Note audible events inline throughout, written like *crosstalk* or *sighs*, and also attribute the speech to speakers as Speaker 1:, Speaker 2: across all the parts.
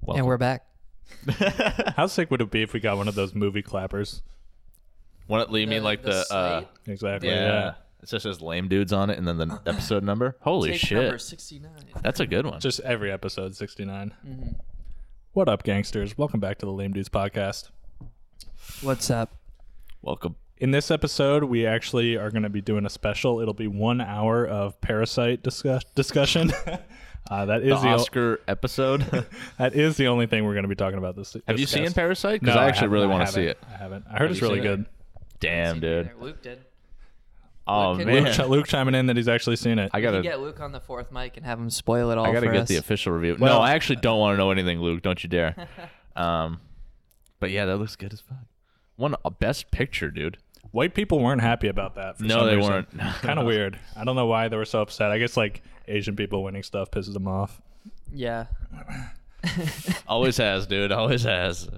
Speaker 1: Welcome.
Speaker 2: And we're back.
Speaker 3: How sick would it be if we got one of those movie clappers?
Speaker 1: What, you mean
Speaker 2: The-
Speaker 1: like
Speaker 2: the
Speaker 1: the, uh,
Speaker 2: slate?
Speaker 3: Exactly.
Speaker 1: yeah. It's just as lame dudes on it and
Speaker 2: *laughs*
Speaker 1: then the episode number. Holy
Speaker 2: Take
Speaker 1: shit.
Speaker 2: number 69.
Speaker 1: That's a good one.
Speaker 3: Just every episode, 69.
Speaker 1: Mm-hmm.
Speaker 3: What up, gangsters? Welcome back to the Lame Dudes Podcast.
Speaker 2: What's up?
Speaker 1: Welcome.
Speaker 3: In this episode, we actually are going to be doing a special. It'll be one hour of Parasite discuss-
Speaker 1: *laughs*
Speaker 3: discussion. *laughs* uh, that is
Speaker 1: The
Speaker 3: the, o-
Speaker 1: Oscar episode. *laughs*
Speaker 3: that is the only thing we're going to be talking about this.
Speaker 1: Have you
Speaker 3: this
Speaker 1: seen
Speaker 3: cast.
Speaker 1: Parasite?
Speaker 3: No,
Speaker 1: Because I actually
Speaker 3: haven't.
Speaker 1: really
Speaker 3: I
Speaker 1: want to see it.
Speaker 3: haven't. I haven't. I heard it's
Speaker 1: you
Speaker 3: really
Speaker 1: seen it?
Speaker 3: good.
Speaker 1: Damn, dude.
Speaker 2: Luke did.
Speaker 1: Oh
Speaker 2: Luke
Speaker 1: man,
Speaker 3: Luke, chi- Luke chiming in that he's actually seen it.
Speaker 1: I
Speaker 2: We
Speaker 1: gotta,
Speaker 2: could get Luke on the fourth mic and have him spoil it all
Speaker 1: I gotta
Speaker 2: for
Speaker 1: get
Speaker 2: us.
Speaker 1: the official review.
Speaker 3: Well-
Speaker 1: no, I actually don't want to know anything, Luke. Don't
Speaker 2: *laughs*
Speaker 1: you dare. um, but yeah, that looks good as fuck. One uh, best picture, dude.
Speaker 3: White people weren't happy about that. For
Speaker 1: No,
Speaker 3: some
Speaker 1: they
Speaker 3: reason. *laughs*
Speaker 1: weren't. *laughs*
Speaker 3: kind of weird. I don't know why they were so upset. I guess like Asian people winning stuff pisses them off.
Speaker 2: yeah.
Speaker 1: Always has, dude. Always has.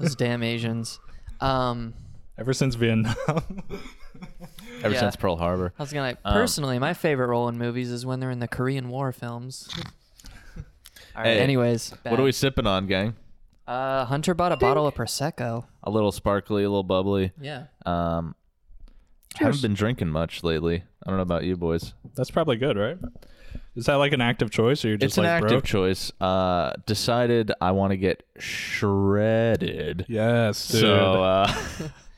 Speaker 2: Those damn Asians. Um,
Speaker 3: Ever since Vietnam. *laughs*
Speaker 1: Ever
Speaker 2: Yeah.
Speaker 1: since Pearl Harbor.
Speaker 2: I was gonna.
Speaker 1: Um,
Speaker 2: personally, my favorite role in movies is when they're in the Korean War
Speaker 1: *laughs*
Speaker 2: films. all right.
Speaker 1: Hey,
Speaker 2: anyways,
Speaker 1: What
Speaker 2: back.
Speaker 1: are we sipping on, gang?
Speaker 2: Uh, Hunter bought a bottle of prosecco.
Speaker 1: A little sparkly, a little bubbly.
Speaker 2: Yeah.
Speaker 1: Um, haven't been drinking much lately. I don't know about you boys.
Speaker 3: That's probably good, right? Is that like an active choice, or you're just
Speaker 1: it's an
Speaker 3: like
Speaker 1: active
Speaker 3: broke?
Speaker 1: choice. Uh, decided I want to get shredded.
Speaker 3: yes, dude.
Speaker 1: So uh,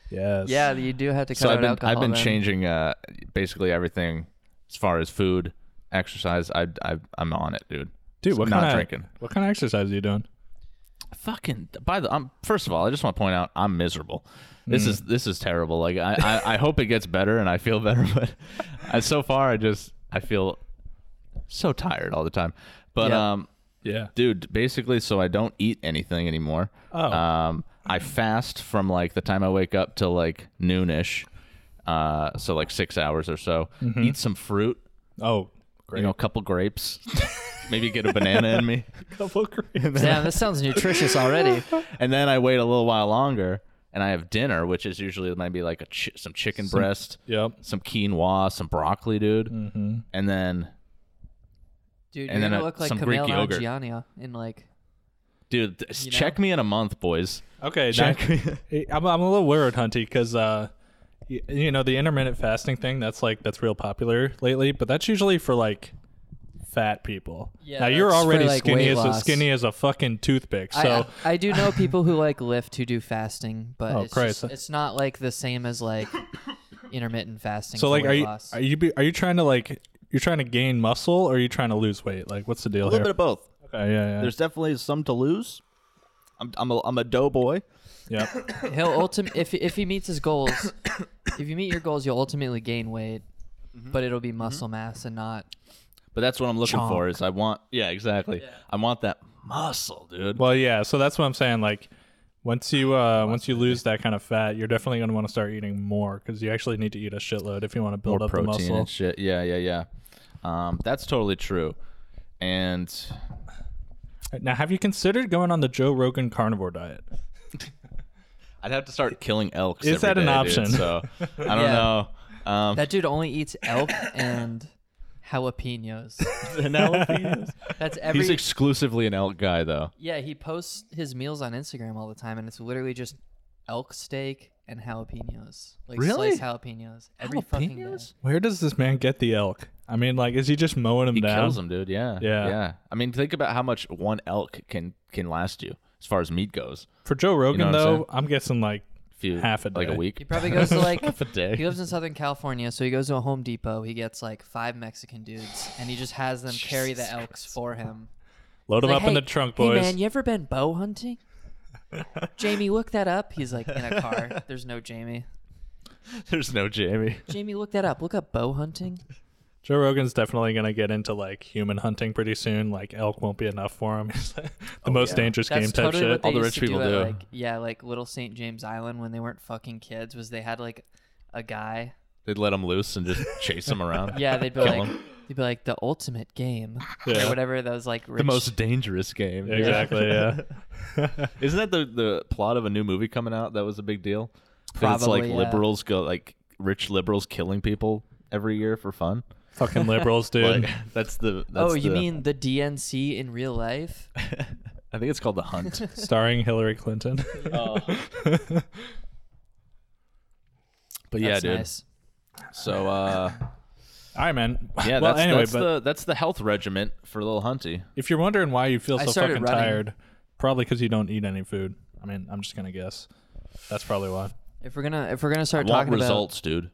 Speaker 3: yes.
Speaker 2: Yeah, you do have to cut
Speaker 1: *laughs* so
Speaker 2: out
Speaker 1: I've been
Speaker 2: alcohol.
Speaker 1: I've been
Speaker 2: then.
Speaker 1: changing uh basically everything as far as food, exercise. I I I'm on it, dude.
Speaker 3: dude.
Speaker 1: So
Speaker 3: What
Speaker 1: not
Speaker 3: kind of
Speaker 1: drinking?
Speaker 3: What kind of exercise are you doing?
Speaker 1: Fucking by the um, first of all, I just want to point out I'm miserable. This is this is terrible. Like I, I I hope it gets better and I feel *laughs* better, but I, so far I just I feel so tired all the time. But
Speaker 2: Yeah.
Speaker 1: um
Speaker 3: Yeah.
Speaker 1: dude basically so i don't eat anything anymore
Speaker 3: Oh.
Speaker 1: um i fast from like the time i wake up till like noonish uh so like six hours or so eat some fruit
Speaker 3: Oh, great.
Speaker 1: you know a couple grapes *laughs* maybe get a banana in me
Speaker 3: *laughs* Couple
Speaker 1: *laughs*
Speaker 3: green.
Speaker 2: Damn, this sounds nutritious already.
Speaker 1: and then i wait a little while longer and i have dinner which is usually maybe like a chi- some chicken breast
Speaker 3: yep.
Speaker 1: some quinoa some broccoli dude
Speaker 3: Mm-hmm.
Speaker 1: and then
Speaker 2: Dude, you're
Speaker 1: And then
Speaker 2: gonna
Speaker 1: a-
Speaker 2: look like
Speaker 1: some
Speaker 2: Camille
Speaker 1: Greek yogurt.
Speaker 2: Nangiani in like
Speaker 1: dude th-
Speaker 2: You know?
Speaker 1: check me in a month boys
Speaker 3: Okay.
Speaker 1: Check.
Speaker 3: now- Hey,
Speaker 1: *laughs*
Speaker 3: I'm, I'm a little worried, Hunty, because uh, y- you know the intermittent fasting thing. That's like that's real popular lately, but that's usually for like fat people.
Speaker 2: Yeah,
Speaker 3: now you're
Speaker 2: that's for,
Speaker 3: already
Speaker 2: like,
Speaker 3: skinny
Speaker 2: weight
Speaker 3: as a,
Speaker 2: loss.
Speaker 3: skinny as a fucking toothpick. So
Speaker 2: I- I, I do
Speaker 3: *laughs*
Speaker 2: know people who like lift who do fasting, but
Speaker 3: Oh,
Speaker 2: it's, just-
Speaker 3: Christ.
Speaker 2: it's not like the same as like intermittent fasting.
Speaker 3: so
Speaker 2: for
Speaker 3: like are
Speaker 2: weight
Speaker 3: you
Speaker 2: loss.
Speaker 3: are you be, are you trying to like you're trying to gain muscle or are you trying to lose weight? Like what's the deal
Speaker 1: a
Speaker 3: here?
Speaker 1: little bit of both
Speaker 3: okay, yeah, yeah.
Speaker 1: there's definitely some to lose i'm, I'm a, I'm a dough boy
Speaker 3: Yep.
Speaker 2: He'll ultim- if if he meets his goals, *coughs* if you meet your goals, you'll ultimately gain weight,
Speaker 1: Mm-hmm.
Speaker 2: but it'll be muscle mass and not.
Speaker 1: But that's what I'm looking for. Is I want yeah exactly. I want that muscle, dude.
Speaker 3: Well, yeah. So that's what I'm saying. Like, once you uh, once you lose that kind of fat, you're definitely gonna want to start eating more because you actually need to eat a shitload if you want to build
Speaker 1: More
Speaker 3: up the
Speaker 1: protein
Speaker 3: muscle.
Speaker 1: and shit. Yeah, yeah, yeah. Um, that's totally true. And
Speaker 3: Now, have you considered going on the Joe Rogan carnivore diet?
Speaker 1: I'd have to start killing elks.
Speaker 3: Is
Speaker 1: every
Speaker 3: that an
Speaker 1: day,
Speaker 3: option?
Speaker 1: Dude, so I *laughs* don't
Speaker 2: Yeah.
Speaker 1: know. Um,
Speaker 2: That dude only eats elk and
Speaker 1: *laughs*
Speaker 2: jalapenos. That's every.
Speaker 1: he's exclusively an elk guy, though.
Speaker 2: yeah, he posts his meals on Instagram all the time, and it's literally just elk steak and jalapenos, like
Speaker 1: Really?
Speaker 2: sliced jalapenos. Every fucking day.
Speaker 1: Jalapenos?
Speaker 3: Where does this man get the elk? I mean, like, is he just mowing them
Speaker 1: He
Speaker 3: down?
Speaker 1: kills them, dude. Yeah,
Speaker 3: Yeah.
Speaker 1: yeah. I mean, think about how much one elk can can last you as far as meat goes.
Speaker 3: For Joe Rogan,
Speaker 1: what I'm
Speaker 3: though,
Speaker 1: saying?
Speaker 3: I'm, guessing like
Speaker 1: If you
Speaker 3: Half a
Speaker 1: like a
Speaker 3: day.
Speaker 2: He
Speaker 1: week.
Speaker 2: probably goes to like
Speaker 1: *laughs* Half a day.
Speaker 2: He lives in Southern California, so he goes to a Home Depot. He gets like five Mexican dudes, and he just has them carry the elks for him.
Speaker 3: load them
Speaker 2: Like,
Speaker 3: up in
Speaker 2: "Hey-
Speaker 3: the trunk,
Speaker 2: hey,
Speaker 3: boys.
Speaker 2: man, you ever been bow hunting? Jamie, look that up. He's like in a car. There's no Jamie.
Speaker 1: There's no Jamie.
Speaker 2: Jamie, look that up. Look up bow hunting.
Speaker 3: Joe Rogan's definitely gonna get into like human hunting pretty soon. Like elk won't be enough for him. *laughs* It's like
Speaker 1: Oh,
Speaker 3: the most dangerous
Speaker 2: That's
Speaker 3: game type
Speaker 2: totally
Speaker 3: shit.
Speaker 2: what they
Speaker 1: All the
Speaker 2: used
Speaker 1: rich
Speaker 2: to
Speaker 1: people
Speaker 2: do. at,
Speaker 1: do.
Speaker 2: Like, yeah, like Little St. James Island when they weren't fucking kids was they had like a guy.
Speaker 1: They'd let him loose and just chase him around.
Speaker 2: Yeah, they'd be
Speaker 1: Kill
Speaker 2: like,
Speaker 1: him.
Speaker 2: they'd be like the ultimate game
Speaker 3: Yeah.
Speaker 2: or whatever. That was like rich.
Speaker 1: the most dangerous game.
Speaker 3: Yeah, exactly. Yeah.
Speaker 1: *laughs* Isn't that the the plot of a new movie coming out? That was a big deal. 'Cause it's
Speaker 2: Probably,
Speaker 1: like
Speaker 2: yeah.
Speaker 1: liberals go like rich liberals killing people every year for fun.
Speaker 3: Fucking liberals, dude.
Speaker 1: Like, that's the. That's
Speaker 2: oh, you
Speaker 1: the-
Speaker 2: mean the DNC in real life?
Speaker 1: I think it's called
Speaker 2: *laughs*
Speaker 1: The Hunt.
Speaker 3: starring Hillary Clinton. *laughs*
Speaker 1: But *laughs* yeah,
Speaker 2: That's
Speaker 1: dude.
Speaker 2: nice.
Speaker 1: So uh,
Speaker 3: All right, man.
Speaker 1: yeah,
Speaker 3: well,
Speaker 1: that's,
Speaker 3: anyway,
Speaker 1: that's
Speaker 3: but
Speaker 1: the that's the health regiment for little Hunty.
Speaker 3: if you're wondering why you feel
Speaker 2: I
Speaker 3: so
Speaker 2: started
Speaker 3: fucking
Speaker 2: running.
Speaker 3: tired, probably because you don't eat any food. I mean, I'm just gonna guess. That's probably why.
Speaker 2: If we're gonna if we're gonna
Speaker 1: I
Speaker 2: start
Speaker 1: want
Speaker 2: talking
Speaker 1: results, dude.
Speaker 2: about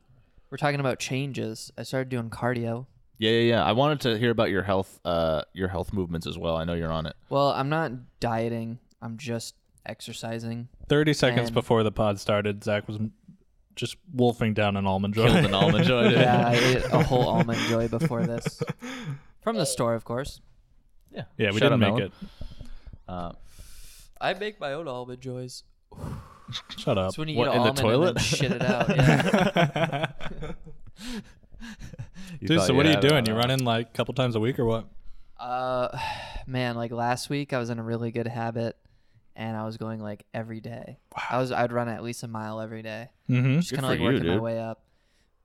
Speaker 2: we're talking about changes. I started doing cardio.
Speaker 1: Yeah, yeah, yeah. I wanted to hear about your health, uh, your health movements as well. I know you're on it.
Speaker 2: Well, I'm not dieting. I'm just exercising.
Speaker 3: Thirty seconds
Speaker 2: And-
Speaker 3: before the pod started, Zach was m- just wolfing down an almond joy. *laughs*
Speaker 1: Killed an almond joy.
Speaker 2: *laughs*
Speaker 1: dude.
Speaker 2: Yeah, I ate
Speaker 1: *laughs*
Speaker 2: a whole almond joy before this. From the store, of course.
Speaker 1: yeah,
Speaker 3: yeah, we
Speaker 1: Shout out,
Speaker 3: didn't make
Speaker 1: Melon.
Speaker 3: it.
Speaker 1: Uh,
Speaker 2: I make my own almond joys.
Speaker 3: Shut up.
Speaker 2: It's when you
Speaker 1: What,
Speaker 2: eat
Speaker 1: in
Speaker 2: an
Speaker 1: the
Speaker 2: almond and then
Speaker 1: toilet?
Speaker 2: shit it out. Yeah.
Speaker 1: *laughs* you
Speaker 3: Dude,
Speaker 1: thought
Speaker 3: so what are you
Speaker 1: had uh, it
Speaker 3: doing?
Speaker 1: on.
Speaker 3: You running like a couple times a week or what?
Speaker 2: Uh, *sighs* man, like last week I was in a really good habit, and I was going like every day. I was I'd run at least a mile every day,
Speaker 3: Mm-hmm.
Speaker 2: just
Speaker 1: Good
Speaker 2: kind of
Speaker 1: for
Speaker 2: like
Speaker 1: you,
Speaker 2: working my
Speaker 1: dude.
Speaker 2: way up.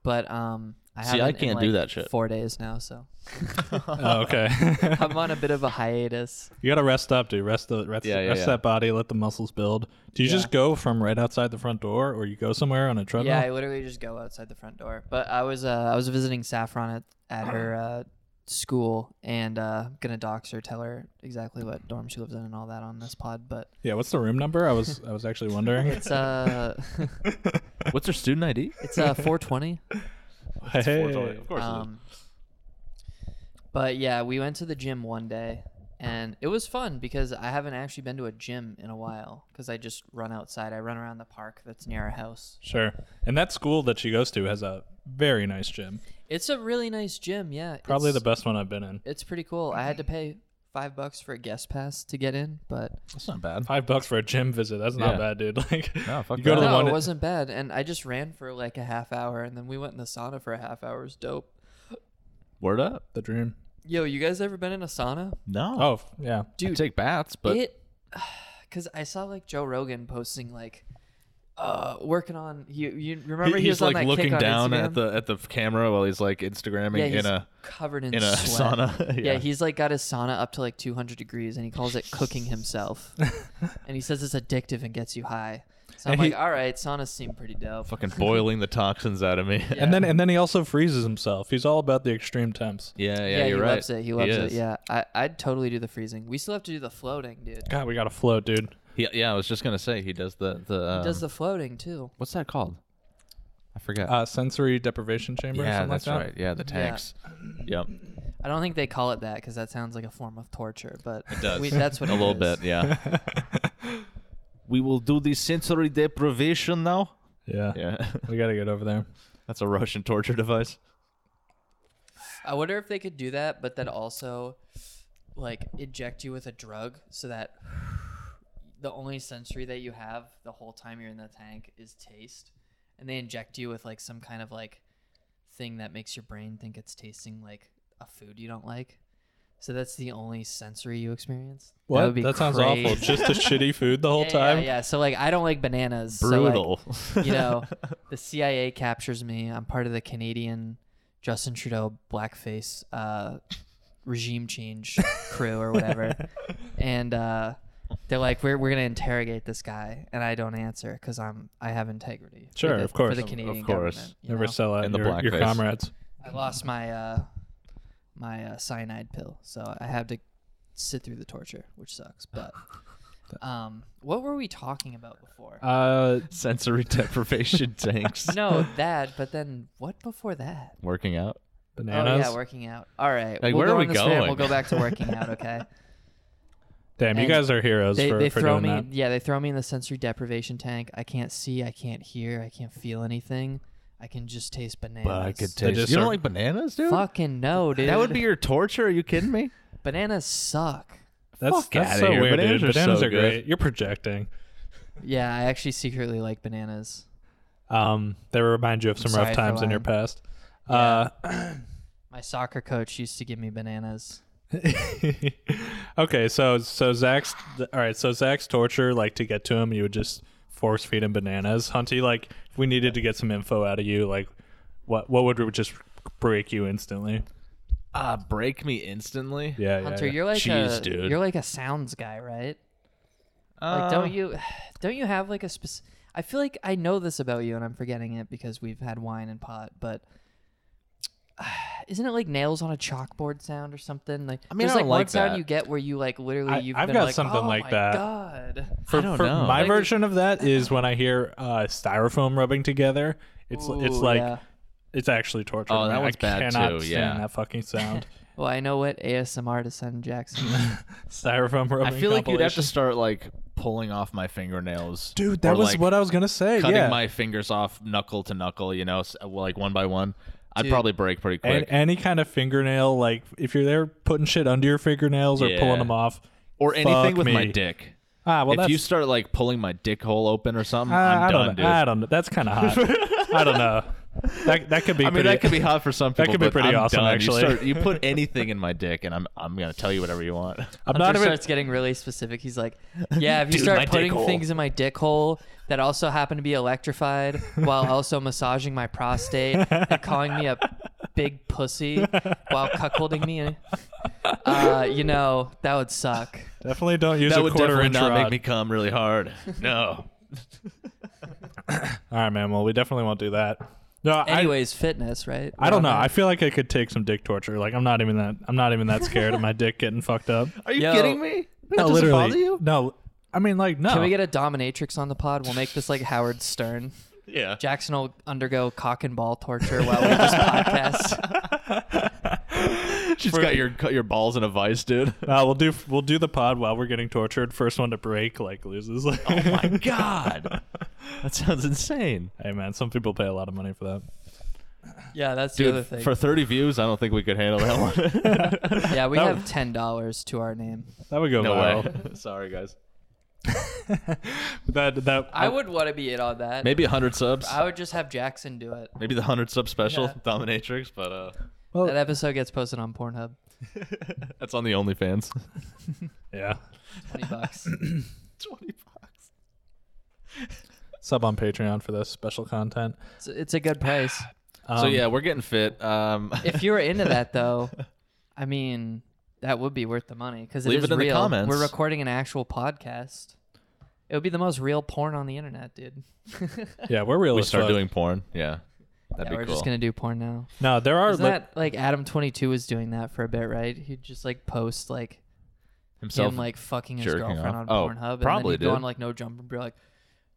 Speaker 2: But um, I
Speaker 1: See, I
Speaker 2: haven't in,
Speaker 1: can't do
Speaker 2: like,
Speaker 1: that shit.
Speaker 2: Four days now,
Speaker 1: *laughs*
Speaker 2: so
Speaker 3: *laughs* Oh, okay. *laughs*
Speaker 2: I'm on a bit of a hiatus.
Speaker 3: you gotta rest up, dude. Rest the rest,
Speaker 1: Yeah, yeah,
Speaker 3: rest
Speaker 1: yeah.
Speaker 3: that body. Let the muscles build. Do you
Speaker 2: Yeah.
Speaker 3: just go from right outside the front door, or you go somewhere on a treadmill?
Speaker 2: Yeah, I literally just go outside the front door. But I was uh, I was visiting Saffron at, at her uh, school, and uh, I'm gonna dox her, tell her exactly what dorm she lives in and all that on this pod. But
Speaker 3: Yeah, what's the room number? I was I
Speaker 2: *laughs*
Speaker 3: was actually wondering.
Speaker 2: it's uh *laughs*
Speaker 1: What's your student ID?
Speaker 2: it's uh 420.
Speaker 3: hey.
Speaker 1: Of course.
Speaker 2: Um, but yeah, we went to the gym one day, and it was fun because I haven't actually been to a gym in a while because I just run outside. I run around the park that's near our house.
Speaker 3: Sure. And that school that she goes to has a very nice gym.
Speaker 2: It's a really nice gym, yeah.
Speaker 3: Probably
Speaker 2: it's,
Speaker 3: the best one I've been in.
Speaker 2: It's pretty cool. I had to pay five bucks for a guest pass to get in, but
Speaker 1: that's not bad.
Speaker 3: Five bucks for a gym visit. That's not
Speaker 1: Yeah.
Speaker 3: bad, dude. *laughs* Like
Speaker 1: No, fuck
Speaker 3: you go to
Speaker 1: that.
Speaker 3: the
Speaker 2: no,
Speaker 3: one
Speaker 2: it
Speaker 3: that-
Speaker 2: wasn't bad. And I just ran for like a half hour, and then we went in the sauna for a half hour. It was dope.
Speaker 1: Word up.
Speaker 3: the dream.
Speaker 2: Yo, you guys ever been in a sauna,
Speaker 1: No.
Speaker 3: Oh f- yeah.
Speaker 1: I
Speaker 2: dude?
Speaker 1: take baths, but
Speaker 2: it *sighs* because I saw like Joe Rogan posting like uh working on you you remember
Speaker 1: he-
Speaker 2: he was
Speaker 1: he's
Speaker 2: on
Speaker 1: like
Speaker 2: that
Speaker 1: looking
Speaker 2: kick on
Speaker 1: down
Speaker 2: Instagram?
Speaker 1: at the at the camera while he's like Instagramming
Speaker 2: yeah, he's
Speaker 1: in a
Speaker 2: covered in,
Speaker 1: in a
Speaker 2: sweat.
Speaker 1: sauna.
Speaker 2: *laughs*
Speaker 1: *laughs*
Speaker 2: Yeah. he's like got his sauna up to like 200 degrees and he calls it cooking
Speaker 1: *laughs*
Speaker 2: himself. and he says it's addictive and gets you high. So I'm
Speaker 3: And he-
Speaker 2: like, all right, saunas seem pretty dope.
Speaker 1: fucking boiling the toxins out of
Speaker 2: *laughs*
Speaker 1: me. Yeah,
Speaker 3: And then and then he also freezes himself. He's all about the extreme temps.
Speaker 1: yeah,
Speaker 2: yeah,
Speaker 1: you're
Speaker 2: he
Speaker 1: right.
Speaker 2: loves it. He loves it.
Speaker 1: is.
Speaker 2: Yeah, I, I'd totally do the freezing. We still have to do the floating, dude.
Speaker 3: God, we gotta float, dude.
Speaker 1: He- yeah, I was just gonna say he does the the. Um,
Speaker 2: He does the floating too.
Speaker 1: what's that called? I forget.
Speaker 3: Uh, sensory deprivation chamber. or
Speaker 1: yeah,
Speaker 3: something
Speaker 1: that's
Speaker 3: like that.
Speaker 1: right. Yeah, the tanks. Yep,
Speaker 2: I don't think they call it that because that sounds like a form of torture, but it
Speaker 1: does.
Speaker 2: We, that's what
Speaker 1: *laughs* a
Speaker 2: it
Speaker 1: little
Speaker 2: is.
Speaker 1: bit. *laughs* Yeah. we will do the sensory deprivation now.
Speaker 3: Yeah.
Speaker 1: Yeah, *laughs*
Speaker 3: We gotta get over there.
Speaker 1: that's a Russian torture device.
Speaker 2: I wonder if they could do that, but then also like inject you with a drug so that the only sensory that you have the whole time you're in the tank is taste. And they inject you with like some kind of like thing that makes your brain think it's tasting like a food you don't like. So that's the only sensory you experience.
Speaker 3: What?
Speaker 2: would be
Speaker 3: sounds awful.
Speaker 2: crazy.
Speaker 3: Just a shitty food
Speaker 2: *laughs*
Speaker 3: the whole
Speaker 2: yeah,
Speaker 3: time.
Speaker 2: Yeah, yeah. So like I don't like bananas. *laughs* so, like,
Speaker 1: Brutal. *laughs*
Speaker 2: you
Speaker 3: *laughs*
Speaker 2: know, the CIA captures me. I'm part of the Canadian Justin Trudeau blackface uh, regime change crew or whatever.
Speaker 3: *laughs*
Speaker 2: And uh, they're like, we're, we're going to interrogate this guy. And I don't answer because I'm I have integrity. for
Speaker 3: Sure,
Speaker 2: the-
Speaker 3: of course.
Speaker 2: For the
Speaker 3: Of- of
Speaker 2: Canadian
Speaker 1: course.
Speaker 2: government. you
Speaker 3: Never
Speaker 2: know?
Speaker 3: sell out
Speaker 1: And the
Speaker 3: your, your
Speaker 1: blackface.
Speaker 3: comrades.
Speaker 2: I lost my uh, my uh, cyanide pill, so I had to sit through the torture, which sucks.
Speaker 3: *laughs*
Speaker 2: But um, what were we talking about before?
Speaker 3: Uh,
Speaker 1: sensory deprivation
Speaker 2: *laughs*
Speaker 1: tanks.
Speaker 3: *laughs*
Speaker 2: no, that. But then what before that?
Speaker 1: Working out.
Speaker 2: Oh
Speaker 3: bananas.
Speaker 2: yeah, working out. All right.
Speaker 1: Like,
Speaker 2: we'll
Speaker 1: where
Speaker 2: go
Speaker 1: are
Speaker 2: on
Speaker 1: we
Speaker 2: this rant, We'll go
Speaker 1: going?
Speaker 2: back to working
Speaker 1: *laughs*
Speaker 2: out. Okay.
Speaker 3: Damn, you
Speaker 2: and
Speaker 3: guys are heroes
Speaker 2: they
Speaker 3: for,
Speaker 2: they
Speaker 3: for
Speaker 2: throw
Speaker 3: doing
Speaker 2: me.
Speaker 3: that.
Speaker 2: Yeah, they throw me in the sensory deprivation tank. I can't see. I can't hear. I can't feel anything. I can just taste bananas.
Speaker 3: taste- just
Speaker 1: You don't
Speaker 3: are-
Speaker 1: like bananas, dude?
Speaker 2: Fucking no, dude.
Speaker 1: That would be your torture. Are you kidding *laughs* me?
Speaker 2: bananas suck.
Speaker 3: That's,
Speaker 1: Fuck
Speaker 3: that's
Speaker 1: outta
Speaker 3: so
Speaker 1: here.
Speaker 3: weird,
Speaker 1: Bananas
Speaker 3: dude.
Speaker 1: are so
Speaker 3: Bananas are
Speaker 1: good.
Speaker 3: great. You're projecting.
Speaker 2: Yeah, I actually secretly like bananas.
Speaker 3: Um, they remind you of some
Speaker 2: sorry
Speaker 3: rough
Speaker 2: for
Speaker 3: times in your
Speaker 2: lying.
Speaker 3: past. Uh,
Speaker 2: My soccer coach used to give me bananas.
Speaker 3: okay, so so Zach's th- all right. So Zach's torture, like to get to him, you would just force feed him bananas. Hunty, like if we needed to get some info out of you, like what what would just break you instantly?
Speaker 1: Ah, break me instantly.
Speaker 3: Yeah, yeah,
Speaker 2: Hunter,
Speaker 3: yeah.
Speaker 2: you're like
Speaker 1: Jeez,
Speaker 2: a
Speaker 1: dude.
Speaker 2: you're like a sounds guy, right? Like, don't
Speaker 1: Uh,
Speaker 2: you *sighs* don't you have like a spec- I feel like I know this about you, and I'm forgetting it because we've had wine and pot. But *sighs* isn't it like nails on a chalkboard sound or something? Like
Speaker 1: I mean,
Speaker 2: there's
Speaker 1: I don't
Speaker 2: one
Speaker 1: like
Speaker 2: sound
Speaker 1: that.
Speaker 2: you get where you like literally
Speaker 3: I-
Speaker 2: you've
Speaker 3: I've
Speaker 2: been
Speaker 3: got
Speaker 2: like,
Speaker 3: something
Speaker 2: "Oh
Speaker 3: like
Speaker 2: my
Speaker 3: that."
Speaker 2: God.
Speaker 3: For,
Speaker 1: I don't
Speaker 3: for
Speaker 1: know.
Speaker 3: my
Speaker 1: Like-
Speaker 3: version
Speaker 1: *laughs*
Speaker 3: of that is when I hear uh, styrofoam rubbing together. It's it's
Speaker 2: Ooh,
Speaker 3: like
Speaker 2: yeah.
Speaker 3: it's actually torture.
Speaker 1: Oh,
Speaker 3: to me.
Speaker 1: that one's
Speaker 3: I
Speaker 1: bad
Speaker 3: cannot
Speaker 1: too,
Speaker 3: stand
Speaker 1: yeah.
Speaker 3: that
Speaker 1: *laughs*
Speaker 3: fucking sound.
Speaker 2: Well, I know what ASMR to send
Speaker 3: *laughs*
Speaker 2: Jackson.
Speaker 3: styrofoam
Speaker 1: I
Speaker 3: rubbing.
Speaker 1: feel like you'd have to
Speaker 3: compilation.
Speaker 1: start like pulling off my fingernails,
Speaker 3: Dude, that
Speaker 1: or,
Speaker 3: was
Speaker 1: like,
Speaker 3: what I was gonna say.
Speaker 1: cutting
Speaker 3: yeah.
Speaker 1: my fingers off knuckle to knuckle. You know, s- like one by one. I'd
Speaker 2: Dude.
Speaker 1: probably break pretty quick.
Speaker 3: and any kind of fingernail, like if you're there putting shit under your fingernails or
Speaker 1: Yeah.
Speaker 3: pulling them off,
Speaker 1: or anything
Speaker 3: fuck
Speaker 1: with my
Speaker 3: me.
Speaker 1: dick.
Speaker 3: Ah, well,
Speaker 1: if
Speaker 3: that's
Speaker 1: you start like pulling my dick hole open or something,
Speaker 3: I,
Speaker 1: I'm done,
Speaker 3: I don't know.
Speaker 1: dude.
Speaker 3: I don't know. That's kind of hot. I don't know. That that could be.
Speaker 1: I mean,
Speaker 3: pretty,
Speaker 1: that could be hot for
Speaker 3: *laughs*
Speaker 1: some people.
Speaker 3: could be
Speaker 1: but
Speaker 3: pretty
Speaker 1: I'm
Speaker 3: awesome,
Speaker 1: done.
Speaker 3: actually.
Speaker 1: You, start, you
Speaker 3: *laughs*
Speaker 1: put anything in my dick, and I'm I'm gonna tell you whatever you want.
Speaker 3: I'm
Speaker 2: Hunter
Speaker 3: not even.
Speaker 2: starts getting really specific. He's
Speaker 3: *laughs*
Speaker 2: like, "Yeah, if you
Speaker 1: Dude, my
Speaker 2: start
Speaker 1: dick
Speaker 2: putting
Speaker 1: hole."
Speaker 2: things in my dick hole that also happen to be electrified,
Speaker 3: *laughs*
Speaker 2: while also massaging my prostate and calling me a big pussy while cuckolding me, uh, you know that would suck."
Speaker 3: Definitely don't use
Speaker 1: that
Speaker 3: a
Speaker 1: would
Speaker 3: quarter
Speaker 1: definitely
Speaker 3: inch
Speaker 1: not
Speaker 3: rod.
Speaker 1: make me come really
Speaker 3: *laughs*
Speaker 1: hard. No.
Speaker 3: All right, man. Well, we definitely won't do that. No, I-
Speaker 2: Anyways, fitness, right?
Speaker 3: I,
Speaker 1: um,
Speaker 3: don't know. I feel like I could take some dick torture. Like I'm not even that. I'm not even that scared of my dick getting fucked
Speaker 1: *laughs*
Speaker 3: up.
Speaker 1: Are you
Speaker 2: Yo,
Speaker 1: kidding me? That
Speaker 3: no,
Speaker 1: doesn't
Speaker 3: literally.
Speaker 1: bother you?
Speaker 3: No, I mean like no.
Speaker 2: Can we get a dominatrix on the pod? We'll make this like Howard Stern.
Speaker 1: Yeah.
Speaker 2: Jackson will undergo cock and ball torture while we just
Speaker 3: *laughs*
Speaker 2: podcast.
Speaker 1: She's got your cut your balls in a vice, dude. *laughs*
Speaker 3: Uh, we'll do we'll do the pod while we're getting tortured. First one to break like loses. oh
Speaker 1: My
Speaker 3: *laughs*
Speaker 1: God, *laughs* that sounds insane,
Speaker 3: Hey man, some people pay a lot of money for that.
Speaker 2: Yeah, that's the other
Speaker 1: dude.
Speaker 2: thing.
Speaker 1: For thirty views, I don't think we could handle that
Speaker 3: *laughs*
Speaker 1: one. *laughs*
Speaker 2: yeah, we
Speaker 3: that-
Speaker 2: have ten dollars to our name.
Speaker 3: That would go
Speaker 1: no
Speaker 3: viral.
Speaker 1: way. Sorry, guys.
Speaker 3: That that
Speaker 2: I would want to be in on that.
Speaker 1: Maybe hundred subs.
Speaker 2: I would just have Jackson do it.
Speaker 1: Maybe the hundred sub special
Speaker 2: Yeah.
Speaker 1: dominatrix, but uh,
Speaker 3: Well,
Speaker 2: That episode gets posted on Pornhub.
Speaker 1: that's on the OnlyFans.
Speaker 3: yeah.
Speaker 2: Twenty bucks.
Speaker 1: Twenty bucks.
Speaker 3: Sub on Patreon for this special content.
Speaker 2: It's, it's a good price.
Speaker 1: so
Speaker 3: Um,
Speaker 1: yeah, we're getting fit. Um,
Speaker 2: If you were into that, though, I mean, that would be worth the money because
Speaker 1: Leave it in the
Speaker 2: real.
Speaker 1: comments.
Speaker 2: We're recording an actual podcast. It would be the most real porn on the internet, dude.
Speaker 3: yeah, we're
Speaker 1: *laughs*
Speaker 3: real.
Speaker 1: we
Speaker 3: as
Speaker 1: start
Speaker 3: fuck.
Speaker 1: doing porn, yeah, that'd
Speaker 2: yeah,
Speaker 1: be
Speaker 2: we're
Speaker 1: cool.
Speaker 2: just gonna do porn now.
Speaker 3: No, there are
Speaker 2: Is
Speaker 3: li-
Speaker 2: that like Adam Twenty Two was doing that for a bit, right? He'd just like post like
Speaker 1: Himself,
Speaker 2: him like fucking his
Speaker 1: jerking
Speaker 2: girlfriend on
Speaker 1: off. Oh,
Speaker 2: Pornhub, and then
Speaker 1: probably,
Speaker 2: he'd go
Speaker 1: dude.
Speaker 2: on like no jump and be like,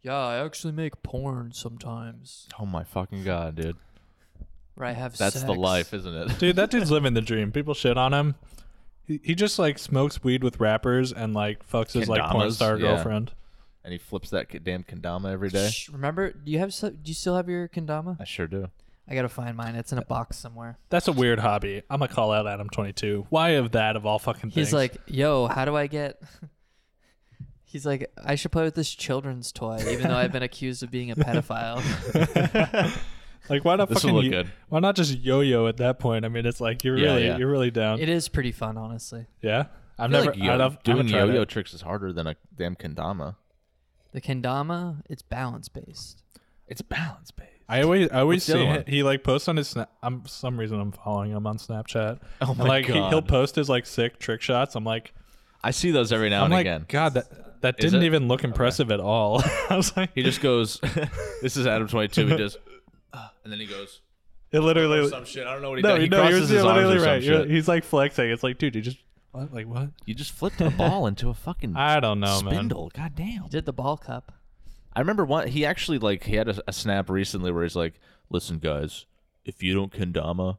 Speaker 2: "Yeah, I actually make porn sometimes,
Speaker 1: oh my fucking god, dude,
Speaker 2: where I have
Speaker 1: that's the
Speaker 2: sex."
Speaker 1: life, isn't it? *laughs*
Speaker 3: dude. That dude's living the dream. People shit on him. He, he just like smokes weed with rappers and like fucks his like porn
Speaker 1: Kendamas,
Speaker 3: star
Speaker 1: yeah.
Speaker 3: girlfriend.
Speaker 1: and he flips that ki- damn kendama every day.
Speaker 2: Shh, remember, do you have so- do you still have your kendama?
Speaker 1: I sure do.
Speaker 2: I gotta find mine. It's in a box somewhere.
Speaker 3: That's a weird hobby. I'm gonna call out Adam Twenty Two. Why of that of all fucking things?
Speaker 2: He's like, "Yo, how do I get?" *laughs* He's like, "I should play with this children's toy, even though I've been accused of being a pedophile."
Speaker 1: *laughs*
Speaker 3: like why not
Speaker 1: This will
Speaker 3: fucking
Speaker 1: look
Speaker 3: yo-
Speaker 1: good.
Speaker 3: why not just yo-yo at that point? I mean, it's like you're
Speaker 1: Yeah,
Speaker 3: really
Speaker 1: yeah.
Speaker 3: you're really down.
Speaker 2: it is pretty fun, honestly.
Speaker 3: yeah, I've
Speaker 1: I feel
Speaker 3: never
Speaker 1: like yo-
Speaker 3: I'd have,
Speaker 1: doing
Speaker 3: I've tried
Speaker 1: yo-yo
Speaker 3: it.
Speaker 1: tricks is harder than a damn kendama.
Speaker 2: The kendama, it's balance based.
Speaker 1: It's balance based.
Speaker 3: I always I always
Speaker 1: What's the other
Speaker 3: see
Speaker 1: one?
Speaker 3: it. he like posts on his Snap. I'm for some reason I'm following him on Snapchat.
Speaker 1: *laughs* Oh
Speaker 3: And,
Speaker 1: my
Speaker 3: like, He, he'll
Speaker 1: God.
Speaker 3: post his like sick trick shots. I'm like
Speaker 1: I see those every now
Speaker 3: I'm
Speaker 1: and
Speaker 3: like
Speaker 1: again.
Speaker 3: God that that
Speaker 1: Is
Speaker 3: didn't
Speaker 1: it?
Speaker 3: even look impressive at all. *laughs* I was like
Speaker 1: He just goes, *laughs* "This is Adam 22." He just, uh, and then he goes
Speaker 3: it literally
Speaker 1: some shit. I don't know what he
Speaker 3: no
Speaker 1: does. He
Speaker 3: no
Speaker 1: crosses
Speaker 3: you're,
Speaker 1: his
Speaker 3: you're
Speaker 1: arms
Speaker 3: literally
Speaker 1: or some
Speaker 3: right. You're-
Speaker 1: shit.
Speaker 3: he's like flexing. It's like dude you just what like what
Speaker 1: You just flipped a ball into a fucking
Speaker 3: *laughs* I don't know man.
Speaker 1: spindle. God damn.
Speaker 2: Did the ball cup?
Speaker 1: I remember one. He actually like he had a, a snap recently where he's like, "Listen, guys, if you don't kendama,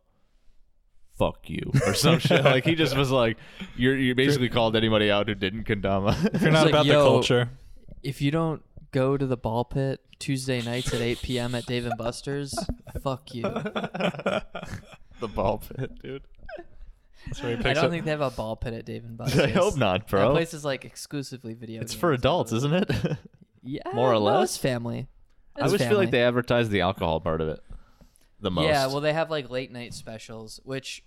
Speaker 1: fuck you," or some shit. Like he just was like, "You're you basically called anybody out who didn't kendama." *laughs*
Speaker 3: If you're not
Speaker 2: like,
Speaker 3: about the
Speaker 2: yo,
Speaker 3: culture. *laughs*
Speaker 2: if you don't go to the ball pit Tuesday nights at 8 p.m. at Dave and Buster's, *laughs* fuck you.
Speaker 1: the ball pit, dude.
Speaker 3: That's where he
Speaker 2: I
Speaker 3: picks
Speaker 2: don't
Speaker 3: up.
Speaker 2: think they have a ball pit at Dave and Buster's.
Speaker 1: *laughs* I hope not,
Speaker 2: That
Speaker 1: bro.
Speaker 2: place is like exclusively video.
Speaker 1: it's for
Speaker 2: games.
Speaker 1: adults, isn't it? *laughs*
Speaker 2: yeah,
Speaker 1: more or
Speaker 2: no,
Speaker 1: less.
Speaker 2: it's family. It's
Speaker 1: I always feel like
Speaker 2: family.
Speaker 1: they advertise the alcohol part of it the most.
Speaker 2: Yeah, well, they have like late night specials, which,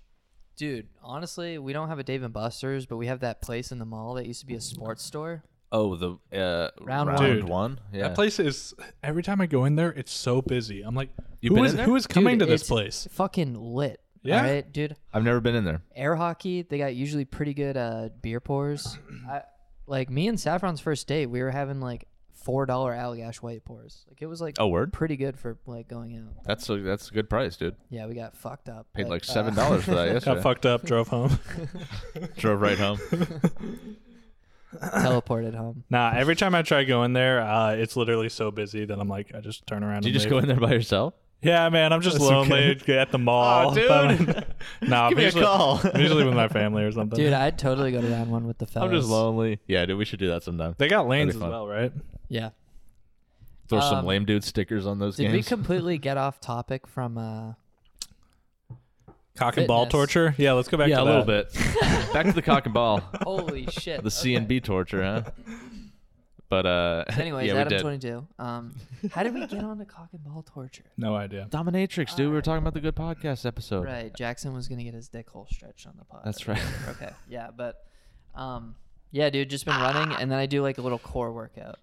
Speaker 2: dude, honestly, we don't have a Dave and Buster's, but we have that place in the mall that used to be a sports store.
Speaker 1: oh, the uh,
Speaker 2: Round
Speaker 1: round
Speaker 2: one.
Speaker 3: Dude,
Speaker 1: one. Yeah,
Speaker 3: That place is every time I go in there, it's so busy. I'm like,
Speaker 1: You
Speaker 3: who
Speaker 1: been
Speaker 3: is
Speaker 1: in there?
Speaker 3: who is coming
Speaker 2: Dude,
Speaker 3: to
Speaker 1: *laughs*
Speaker 3: this
Speaker 2: it's
Speaker 3: place?
Speaker 2: Fucking lit.
Speaker 3: Yeah.
Speaker 2: All right, dude.
Speaker 1: I've never been in there.
Speaker 2: Air hockey, they got usually pretty good uh, beer pours. I, like me and Saffron's first date, we were having like four dollar Alley Ash white pours. Like it was like
Speaker 1: Oh, word.
Speaker 2: pretty good for like going out.
Speaker 1: That's a that's a good price, dude.
Speaker 2: Yeah, we got fucked up.
Speaker 1: Paid like
Speaker 2: uh,
Speaker 1: seven dollars for
Speaker 2: *laughs*
Speaker 1: that
Speaker 3: Got
Speaker 1: yesterday.
Speaker 3: fucked up, drove home. *laughs*
Speaker 1: Drove right *laughs* home.
Speaker 2: uh, teleported *laughs* home.
Speaker 3: nah, every time I try going there, uh, it's literally so busy that I'm like, I just turn around.
Speaker 1: Do you
Speaker 3: and
Speaker 1: just
Speaker 3: leave.
Speaker 1: go in there by yourself?
Speaker 3: Yeah, man, I'm just
Speaker 1: That's
Speaker 3: lonely *laughs* at the mall.
Speaker 1: Aw, dude.
Speaker 3: nah,
Speaker 1: Give me a
Speaker 3: usually,
Speaker 1: call.
Speaker 3: I'm usually with my family or something.
Speaker 2: Dude, I'd totally go to round one with the fellas.
Speaker 1: I'm just lonely. Yeah, dude, we should do that sometime.
Speaker 3: they got
Speaker 1: be
Speaker 3: lanes as
Speaker 1: fun.
Speaker 3: well, right?
Speaker 2: Yeah.
Speaker 1: Throw some
Speaker 2: Um,
Speaker 1: lame dude stickers on those
Speaker 2: Did
Speaker 1: games. *laughs*
Speaker 2: we completely get off topic from uh
Speaker 3: Cock and ball
Speaker 2: Fitness.
Speaker 3: torture. Yeah, let's go back.
Speaker 1: yeah,
Speaker 3: to
Speaker 1: a
Speaker 3: that.
Speaker 1: little bit.
Speaker 2: *laughs*
Speaker 1: Back to the cock and ball.
Speaker 2: Holy shit.
Speaker 1: The C and B torture, huh? But uh
Speaker 2: *laughs*
Speaker 1: *laughs*
Speaker 2: Anyways,
Speaker 1: yeah, we
Speaker 2: Adam
Speaker 1: did.
Speaker 2: twenty two. Um how did we get on to cock and ball
Speaker 1: *laughs*
Speaker 2: torture?
Speaker 3: No idea.
Speaker 1: Dominatrix, dude. We were talking about the good podcast episode. *laughs*
Speaker 2: Right. Jackson was gonna get his dick hole stretched on the pod.
Speaker 1: That's right.
Speaker 2: *laughs* Okay. Yeah, but um yeah, dude, just been running and then I do like a little core workout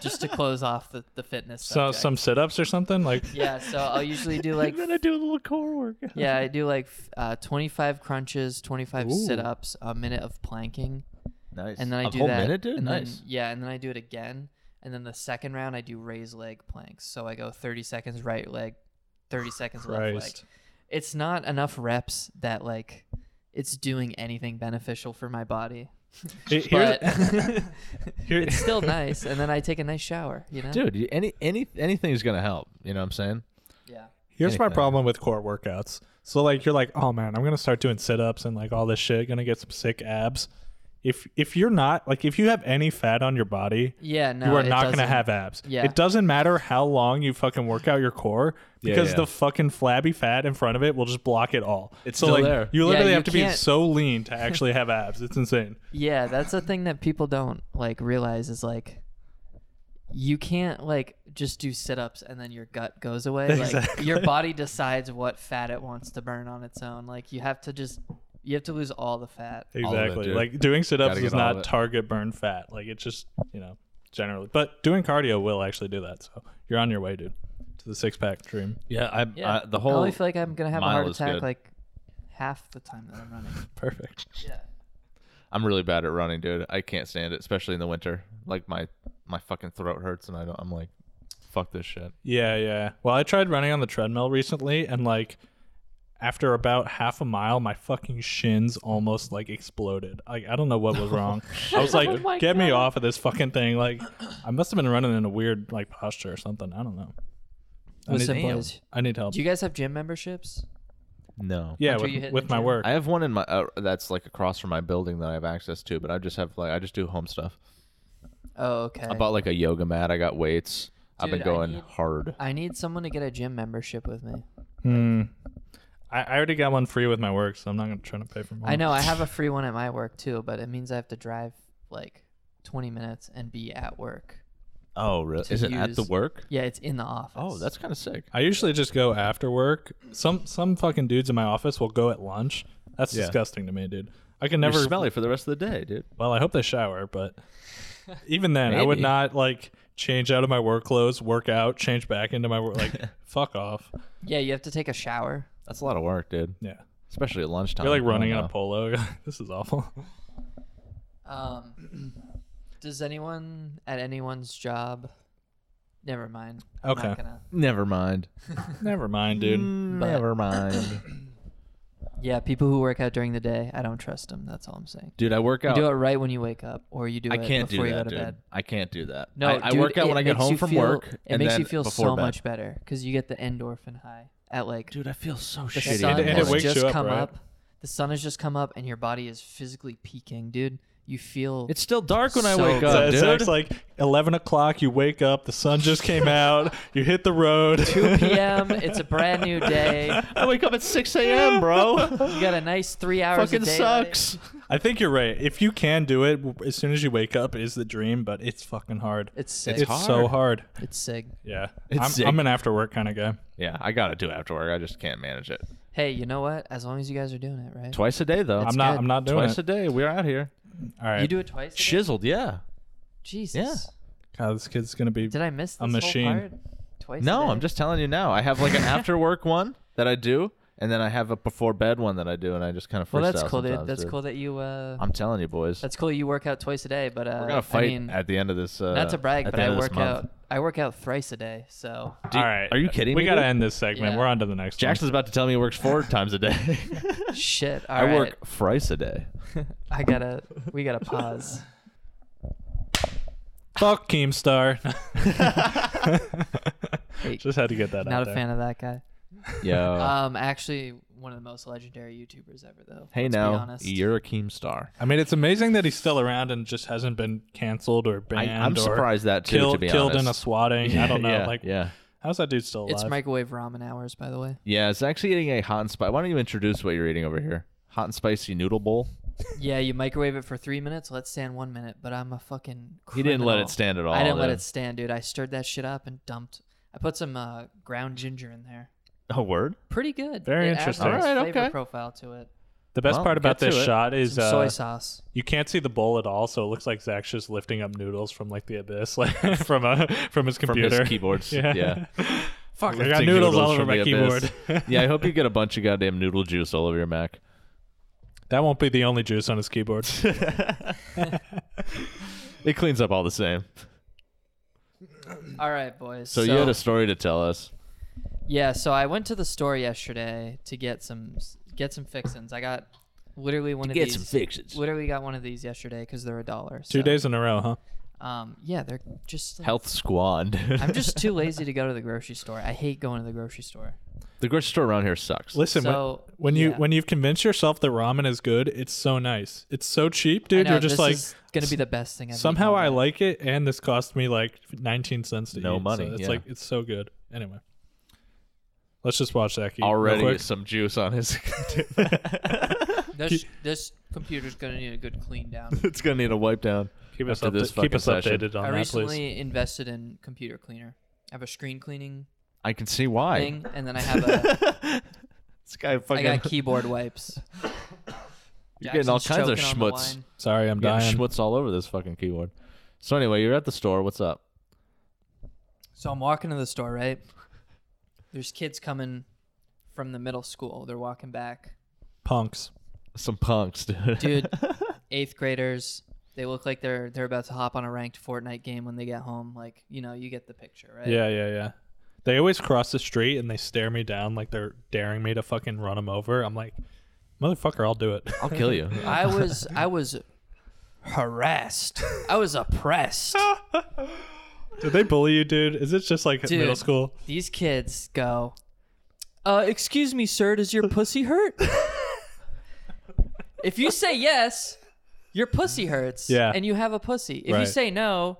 Speaker 2: just to close off the, the fitness.
Speaker 3: So
Speaker 2: subject.
Speaker 3: some sit-ups or something like.
Speaker 2: *laughs* Yeah, so I'll usually do like
Speaker 1: I do a little core workout.
Speaker 2: yeah, I do like f- uh, 25 crunches, 25
Speaker 3: Ooh.
Speaker 2: sit-ups, a minute of planking,
Speaker 1: Nice.
Speaker 2: and then I
Speaker 1: a
Speaker 2: do
Speaker 1: whole
Speaker 2: that.
Speaker 1: minute, dude.
Speaker 2: and then-
Speaker 1: Nice.
Speaker 2: yeah, and then I do it again, and then the second round I do raise leg planks. So I go 30 seconds right leg, 30 seconds left leg.
Speaker 3: Christ.
Speaker 2: It's not enough reps that like it's doing anything beneficial for my body,
Speaker 3: He- here-
Speaker 2: but *laughs*
Speaker 3: here-
Speaker 2: it's still nice. And then I take a nice shower, you know.
Speaker 1: Dude, you- any any anything is gonna help. You know what I'm saying?
Speaker 2: Yeah.
Speaker 3: Here's my
Speaker 1: Anything.
Speaker 3: problem with core workouts. So like you're like, oh man, I'm gonna start doing sit ups and like all this shit, gonna get some sick abs. If if you're not like if you have any fat on your body,
Speaker 2: Yeah. No.
Speaker 3: you are
Speaker 2: it
Speaker 3: not gonna
Speaker 2: doesn't-
Speaker 3: have abs.
Speaker 2: Yeah.
Speaker 3: It doesn't matter how long you fucking work out your core
Speaker 1: Yeah,
Speaker 3: because
Speaker 1: yeah.
Speaker 3: the fucking flabby fat in front of it will just block it all.
Speaker 1: It's
Speaker 3: so
Speaker 1: still
Speaker 3: like
Speaker 1: there.
Speaker 3: you
Speaker 2: Yeah,
Speaker 3: literally
Speaker 2: you
Speaker 3: have to be
Speaker 2: can't-
Speaker 3: so lean to actually have abs. It's insane.
Speaker 2: Yeah, that's a thing that people don't like realize is like you can't like just do sit-ups and then your gut goes away. Like
Speaker 3: Exactly.
Speaker 2: your body decides what fat it wants to burn on its own. Like you have to just you have to lose all the fat.
Speaker 1: *laughs* All of it,
Speaker 3: Exactly.
Speaker 1: dude.
Speaker 3: like doing sit ups
Speaker 1: Gotta get
Speaker 3: does
Speaker 1: all of
Speaker 3: not
Speaker 1: it.
Speaker 3: target burn fat. Like it's just, you know, generally. But doing cardio will actually do that. So you're on your way, dude, to the six pack dream.
Speaker 1: Yeah, I,
Speaker 2: Yeah.
Speaker 1: I the
Speaker 2: I
Speaker 1: whole
Speaker 2: only feel like I'm gonna have a
Speaker 1: mile
Speaker 2: heart
Speaker 1: is
Speaker 2: attack
Speaker 1: good.
Speaker 2: like half the time that I'm running.
Speaker 3: Perfect.
Speaker 2: Yeah.
Speaker 1: I'm really bad at running, dude. I can't stand it, especially in the winter. Like my my fucking throat hurts, and I don't. I'm like, fuck this shit.
Speaker 3: Yeah, yeah. Well, I tried running on the treadmill recently and like after about half a mile, my fucking shins almost like exploded. Like I don't know what was wrong. I was like,
Speaker 2: my
Speaker 3: "Get me off of this fucking thing!" Like I must have been running in a weird like posture or something. I don't know. I
Speaker 2: Listen,
Speaker 3: need,
Speaker 2: boys.
Speaker 3: I need help.
Speaker 2: Do you guys have gym memberships?
Speaker 1: No.
Speaker 3: yeah,
Speaker 2: Hunter,
Speaker 3: with,
Speaker 2: you hit
Speaker 3: with
Speaker 2: the
Speaker 3: my
Speaker 2: gym?
Speaker 3: work.
Speaker 1: I have one in my uh, that's like across from my building that I have access to, but I just have like I just do home stuff.
Speaker 2: Oh, okay.
Speaker 1: I bought like a yoga mat. I got weights. I've been
Speaker 2: Dude, I
Speaker 1: going
Speaker 2: need-
Speaker 1: hard.
Speaker 2: I need someone to get a gym membership with me.
Speaker 3: Hmm. I, I already got one free with my work, so I'm not gonna try to pay for
Speaker 1: Mm.
Speaker 3: more.
Speaker 2: I know I have a free one at my work too, but it means I have to drive like 20 minutes and be at work.
Speaker 1: Oh, really?
Speaker 2: To
Speaker 1: Is it at the
Speaker 2: use-
Speaker 1: work?
Speaker 2: Yeah, it's in the office.
Speaker 1: Oh, that's kind of sick.
Speaker 3: I usually just go after work. Some some fucking dudes in my office will go at lunch. That's
Speaker 1: Yeah.
Speaker 3: disgusting to me, dude. I can
Speaker 1: Never
Speaker 3: never.
Speaker 1: smelly for the rest of the day, dude.
Speaker 3: well, I hope they
Speaker 1: *laughs*
Speaker 3: shower, but even then, I would
Speaker 1: Maybe.
Speaker 3: not like change out of my work clothes, work out, change back into my work.
Speaker 1: *laughs*
Speaker 3: Like, fuck off.
Speaker 2: yeah. You have to take a shower.
Speaker 1: That's a lot of work, dude.
Speaker 3: Yeah,
Speaker 1: Especially at lunchtime. Oh,
Speaker 3: you're like
Speaker 1: I don't
Speaker 3: running in
Speaker 1: know.
Speaker 3: a polo. *laughs* this is
Speaker 1: *laughs*
Speaker 3: awful.
Speaker 1: *clears throat*
Speaker 2: Um, does anyone at anyone's job? Never mind.
Speaker 3: Okay.
Speaker 2: Not gonna,
Speaker 1: Never mind.
Speaker 3: never mind, dude.
Speaker 1: Mm.
Speaker 3: Uh,
Speaker 1: Never mind.
Speaker 2: yeah, people who work out during the day, I don't trust them. That's all I'm saying.
Speaker 1: *coughs* Dude, I work
Speaker 2: You
Speaker 1: out.
Speaker 2: do it right when you wake up, or you do
Speaker 1: I
Speaker 2: it
Speaker 1: can't do
Speaker 2: before you go
Speaker 1: that,
Speaker 2: to
Speaker 1: dude.
Speaker 2: bed.
Speaker 1: I can't do that.
Speaker 2: No,
Speaker 1: I, I
Speaker 2: dude,
Speaker 1: work out
Speaker 2: it
Speaker 1: when I get
Speaker 2: makes
Speaker 1: home
Speaker 2: you
Speaker 1: from
Speaker 2: feel-
Speaker 1: work.
Speaker 2: It
Speaker 1: and
Speaker 2: makes
Speaker 1: then
Speaker 2: you feel
Speaker 1: before
Speaker 2: so
Speaker 1: bed.
Speaker 2: much better because you get the endorphin high at like
Speaker 1: Dude, I feel so
Speaker 2: The
Speaker 1: shitty.
Speaker 2: sun
Speaker 3: And- and it
Speaker 2: has
Speaker 3: wakes
Speaker 2: just
Speaker 3: you up,
Speaker 2: come
Speaker 3: right?
Speaker 2: up. The sun has just come up, and your body is physically peaking, dude. You feel
Speaker 1: it's still dark when I
Speaker 2: so
Speaker 1: wake
Speaker 2: good.
Speaker 1: up,
Speaker 3: So
Speaker 1: dude.
Speaker 3: it's it's like 11 o'clock. You wake up. The sun just came out. You hit the road.
Speaker 2: 2 p.m. It's a brand new
Speaker 1: *laughs*
Speaker 2: day.
Speaker 1: *laughs* I wake up at
Speaker 2: *laughs*
Speaker 1: 6 a.m., bro.
Speaker 2: You got a nice three hours.
Speaker 1: Fucking
Speaker 2: a day
Speaker 1: sucks.
Speaker 3: *laughs* I think you're right. If you can do it w- as soon as you wake up, is the dream, but it's fucking hard.
Speaker 2: It's sick.
Speaker 3: It's,
Speaker 2: It's,
Speaker 1: hard.
Speaker 3: so hard.
Speaker 2: sick.
Speaker 3: Yeah,
Speaker 1: It's
Speaker 3: I'm,
Speaker 1: sick.
Speaker 3: I'm an after work kind of guy.
Speaker 1: Yeah, I gotta do after work. I just can't manage it.
Speaker 2: Hey, you know what? As long as you guys are doing it right,
Speaker 1: Twice a day though.
Speaker 3: I'm not.
Speaker 2: good.
Speaker 3: I'm not doing
Speaker 1: Twice
Speaker 3: it.
Speaker 1: a day. We're out here.
Speaker 3: All right.
Speaker 2: you do it twice. a day?
Speaker 1: Chiseled, yeah.
Speaker 2: Jesus.
Speaker 1: Yeah.
Speaker 3: God, this kid's gonna be.
Speaker 2: Did I miss this
Speaker 3: A machine.
Speaker 2: Whole part? Twice. a
Speaker 1: No,
Speaker 2: day? *laughs*
Speaker 1: I'm just telling you now. I have like an after work one that I do, And then I have a before bed one that I do, and I just kind of
Speaker 2: Well, that's
Speaker 1: freestyle
Speaker 2: cool, dude.
Speaker 1: sometimes,
Speaker 2: That's
Speaker 1: dude.
Speaker 2: cool that you. Uh,
Speaker 1: I'm telling you, boys,
Speaker 2: that's cool. You work out twice a day, but uh,
Speaker 1: we're gonna
Speaker 2: I
Speaker 1: fight
Speaker 2: mean,
Speaker 1: at the end of this. Uh,
Speaker 2: not to brag,
Speaker 1: at the
Speaker 2: but I
Speaker 1: end of this
Speaker 2: work
Speaker 1: month.
Speaker 2: out. I work out thrice a day,
Speaker 1: *laughs*
Speaker 2: so
Speaker 1: Do you-
Speaker 3: All right.
Speaker 1: Are you kidding
Speaker 3: we
Speaker 1: me?
Speaker 3: gotta
Speaker 1: dude?
Speaker 3: end this segment.
Speaker 2: Yeah.
Speaker 3: We're on to the next
Speaker 1: Jackson's about to tell me he works four times
Speaker 2: *laughs*
Speaker 1: a day.
Speaker 2: shit. all
Speaker 1: I
Speaker 2: right.
Speaker 1: work thrice a day.
Speaker 2: *laughs* I gotta. We
Speaker 1: *laughs*
Speaker 2: gotta pause.
Speaker 3: one. *laughs* Fuck Keemstar. *laughs*
Speaker 2: Wait,
Speaker 3: Just had to get that out
Speaker 2: not a
Speaker 3: there.
Speaker 2: fan of that guy.
Speaker 1: Yo.
Speaker 2: Um, actually, one of the most legendary YouTubers ever, though.
Speaker 1: hey
Speaker 2: let's Be
Speaker 1: now, E
Speaker 2: honest.
Speaker 1: you're a Keemstar.
Speaker 3: I mean, it's amazing that he's still around and just hasn't been canceled or banned.
Speaker 1: I'm
Speaker 3: or
Speaker 1: surprised that too, to
Speaker 3: Killed,
Speaker 1: be
Speaker 3: killed in a
Speaker 1: honest.
Speaker 3: swatting. I don't know.
Speaker 1: Yeah,
Speaker 3: like,
Speaker 1: yeah.
Speaker 3: how's that dude still alive?
Speaker 2: It's microwave ramen hours, by the way.
Speaker 1: Yeah, it's actually eating a hot and spicy. Why don't you introduce what you're eating over here? Hot and spicy noodle bowl.
Speaker 2: Yeah, you microwave it for three minutes. Let it stand one minute, but I'm a fucking.
Speaker 1: He didn't let it
Speaker 2: criminal.
Speaker 1: stand at all.
Speaker 2: I didn't let
Speaker 1: though.
Speaker 2: it stand, dude. I stirred that shit up and dumped. I put some uh, ground ginger in there.
Speaker 1: A word?
Speaker 2: Pretty good. It
Speaker 3: Very
Speaker 2: adds a
Speaker 3: interesting.
Speaker 2: nice
Speaker 1: All right,
Speaker 2: flavor
Speaker 1: okay.
Speaker 2: profile to it.
Speaker 3: The best
Speaker 1: Well,
Speaker 3: part about
Speaker 1: get to
Speaker 3: this
Speaker 1: it.
Speaker 3: shot is
Speaker 2: Soy
Speaker 3: uh,
Speaker 2: sauce.
Speaker 3: you can't see the bowl at all, so it looks like Zach's just lifting up noodles from like the abyss, *laughs* like from a from his
Speaker 1: From
Speaker 3: computer, *laughs*
Speaker 1: his keyboards. yeah.
Speaker 3: Fuck, I got
Speaker 1: Lifting
Speaker 3: noodles, all over
Speaker 1: from
Speaker 3: my
Speaker 1: the
Speaker 3: keyboard.
Speaker 1: abyss. *laughs* yeah, I hope
Speaker 3: *laughs*
Speaker 1: you get a bunch of goddamn noodle juice all over your Mac.
Speaker 3: that won't be the only juice on his keyboard.
Speaker 1: *laughs* It cleans up all the same.
Speaker 2: All right, boys.
Speaker 1: So, you had a story to tell us.
Speaker 2: Yeah, so I went to the store yesterday to get some get some fixins. I got literally one of these.
Speaker 1: fixes.
Speaker 2: Literally got one of these yesterday because they're a dollar.
Speaker 3: Two
Speaker 2: so,
Speaker 3: days in a row, huh?
Speaker 2: Um, yeah, they're just. Like,
Speaker 1: Health *laughs* squad.
Speaker 2: I'm just too lazy to go to the grocery store. I hate going to the grocery store.
Speaker 1: the grocery store around here sucks.
Speaker 3: Listen, when-
Speaker 2: So,
Speaker 3: when, you
Speaker 2: yeah.
Speaker 3: when you've convinced yourself that ramen is good, it's so nice. It's so cheap,
Speaker 2: I
Speaker 3: dude.
Speaker 2: know,
Speaker 3: You're just
Speaker 2: this
Speaker 3: like
Speaker 2: is gonna be the best thing. I've eaten
Speaker 3: somehow
Speaker 2: all
Speaker 3: I
Speaker 2: night.
Speaker 3: like it, and this cost me like 19 cents to
Speaker 1: No
Speaker 3: eat.
Speaker 1: money,
Speaker 3: So it's
Speaker 1: yeah.
Speaker 3: like it's so good. Anyway, let's just watch that. Keith, real
Speaker 1: Already
Speaker 3: quick.
Speaker 1: some juice on his. *laughs*
Speaker 2: This this computer's gonna need a good clean
Speaker 3: *laughs*
Speaker 2: down.
Speaker 1: it's gonna need a wipe down.
Speaker 3: Keep us,
Speaker 1: after
Speaker 3: upda-
Speaker 1: this
Speaker 3: keep
Speaker 1: fucking
Speaker 3: us
Speaker 1: session.
Speaker 3: updated on
Speaker 2: I
Speaker 3: that, please.
Speaker 2: recently invested in computer cleaner. I have a screen cleaning
Speaker 1: I can see why. *laughs*
Speaker 2: thing, and then I have
Speaker 3: *laughs*
Speaker 2: a
Speaker 1: This guy
Speaker 2: I
Speaker 1: fucking.
Speaker 2: got keyboard wipes.
Speaker 1: You're getting all
Speaker 2: Jackson's
Speaker 1: kinds of
Speaker 2: choking on the
Speaker 1: schmutz.
Speaker 2: wine.
Speaker 3: Sorry, I'm
Speaker 1: Getting
Speaker 3: dying.
Speaker 1: schmutz all over this fucking keyboard. So anyway, you're at the store. What's up?
Speaker 2: So I'm walking to the store, right? There's kids coming from the middle school. They're walking back.
Speaker 3: Punks.
Speaker 1: Some punks, *laughs* dude.
Speaker 2: Dude, eighth graders. They look like they're they're about to hop on a ranked Fortnite game when they get home. Like, you know, you get the picture, right?
Speaker 3: Yeah, yeah, yeah. They always cross the street and they stare me down like they're daring me to fucking run them over. I'm like, motherfucker, I'll do it. *laughs*
Speaker 1: I'll
Speaker 2: *laughs*
Speaker 1: kill you.
Speaker 2: I was I was harassed. I was oppressed.
Speaker 3: Did they bully you, dude? Is it just like middle
Speaker 2: Dude.
Speaker 3: school?
Speaker 2: These kids go, uh, excuse me, sir, does your pussy hurt? if you say yes, your pussy hurts.
Speaker 3: Yeah.
Speaker 2: And you have a pussy. If you
Speaker 3: Right.
Speaker 2: say no,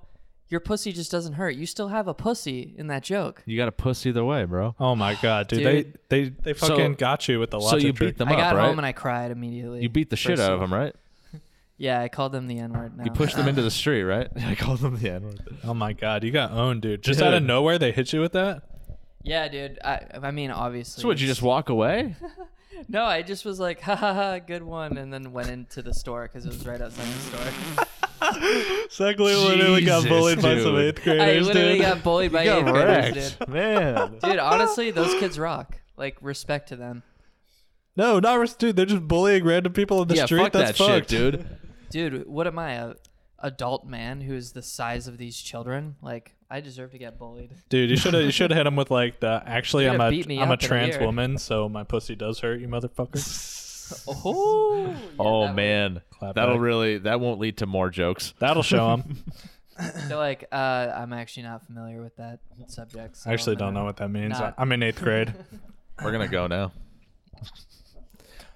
Speaker 2: your pussy just doesn't hurt. You still have a pussy in that joke.
Speaker 1: you got a puss either way, bro.
Speaker 3: Oh my god, dude!
Speaker 2: Dude.
Speaker 3: They they they
Speaker 1: So-
Speaker 3: fucking got you with the logic
Speaker 1: so you
Speaker 3: trick.
Speaker 1: beat them
Speaker 2: I
Speaker 1: up,
Speaker 2: got
Speaker 1: right?
Speaker 2: home and I cried immediately.
Speaker 1: you beat the shit out of them, right?
Speaker 2: Yeah, I called them the N word now.
Speaker 1: You pushed them into the street, right? *laughs* I called them the N word.
Speaker 3: Oh my god, you got owned, dude! Just out of
Speaker 1: Dude.
Speaker 3: nowhere, they hit you with that.
Speaker 2: Yeah, dude. I, I mean, obviously.
Speaker 1: So would you
Speaker 2: it's-
Speaker 1: just walk away?
Speaker 2: *laughs* No, I just was like, *laughs* ha ha ha, good one, and then went into the store because it was right outside the store.
Speaker 3: Zach literally got
Speaker 1: Jesus,
Speaker 3: bullied by some
Speaker 1: dude.
Speaker 3: eighth
Speaker 2: I
Speaker 3: graders,
Speaker 2: literally
Speaker 3: dude.
Speaker 2: got bullied by eighth
Speaker 1: got
Speaker 2: graders,
Speaker 1: wrecked,
Speaker 2: dude.
Speaker 1: man.
Speaker 2: Dude, honestly, those kids rock. Like, respect to them.
Speaker 3: *laughs* No, not res- dude. They're just bullying random people in the
Speaker 1: yeah,
Speaker 3: street.
Speaker 1: fuck that
Speaker 3: That's fucked, *laughs*
Speaker 1: shit, dude.
Speaker 2: Dude, what am I, a adult man who is the size of these children? Like, I deserve to get bullied. *laughs*
Speaker 3: Dude, you should have you should have hit him with like the. Actually,
Speaker 2: You're
Speaker 3: I'm
Speaker 2: gonna
Speaker 3: a
Speaker 2: beat me
Speaker 3: am a
Speaker 2: up in a
Speaker 3: trans
Speaker 2: year.
Speaker 3: woman, so my pussy does hurt,
Speaker 1: *laughs*
Speaker 3: you motherfucker.
Speaker 2: Oh, yeah,
Speaker 1: oh
Speaker 2: that-
Speaker 1: man,
Speaker 3: Clap
Speaker 1: that'll
Speaker 3: back.
Speaker 1: really that won't lead to more jokes.
Speaker 3: That'll show
Speaker 1: *laughs*
Speaker 3: him.
Speaker 2: They're like, uh, I'm actually not familiar with that subject. so
Speaker 3: I actually
Speaker 2: I'm
Speaker 3: don't know
Speaker 2: gonna-
Speaker 3: what that means.
Speaker 2: Not-
Speaker 3: I'm in
Speaker 1: *laughs*
Speaker 3: eighth grade.
Speaker 1: We're gonna go *laughs* now.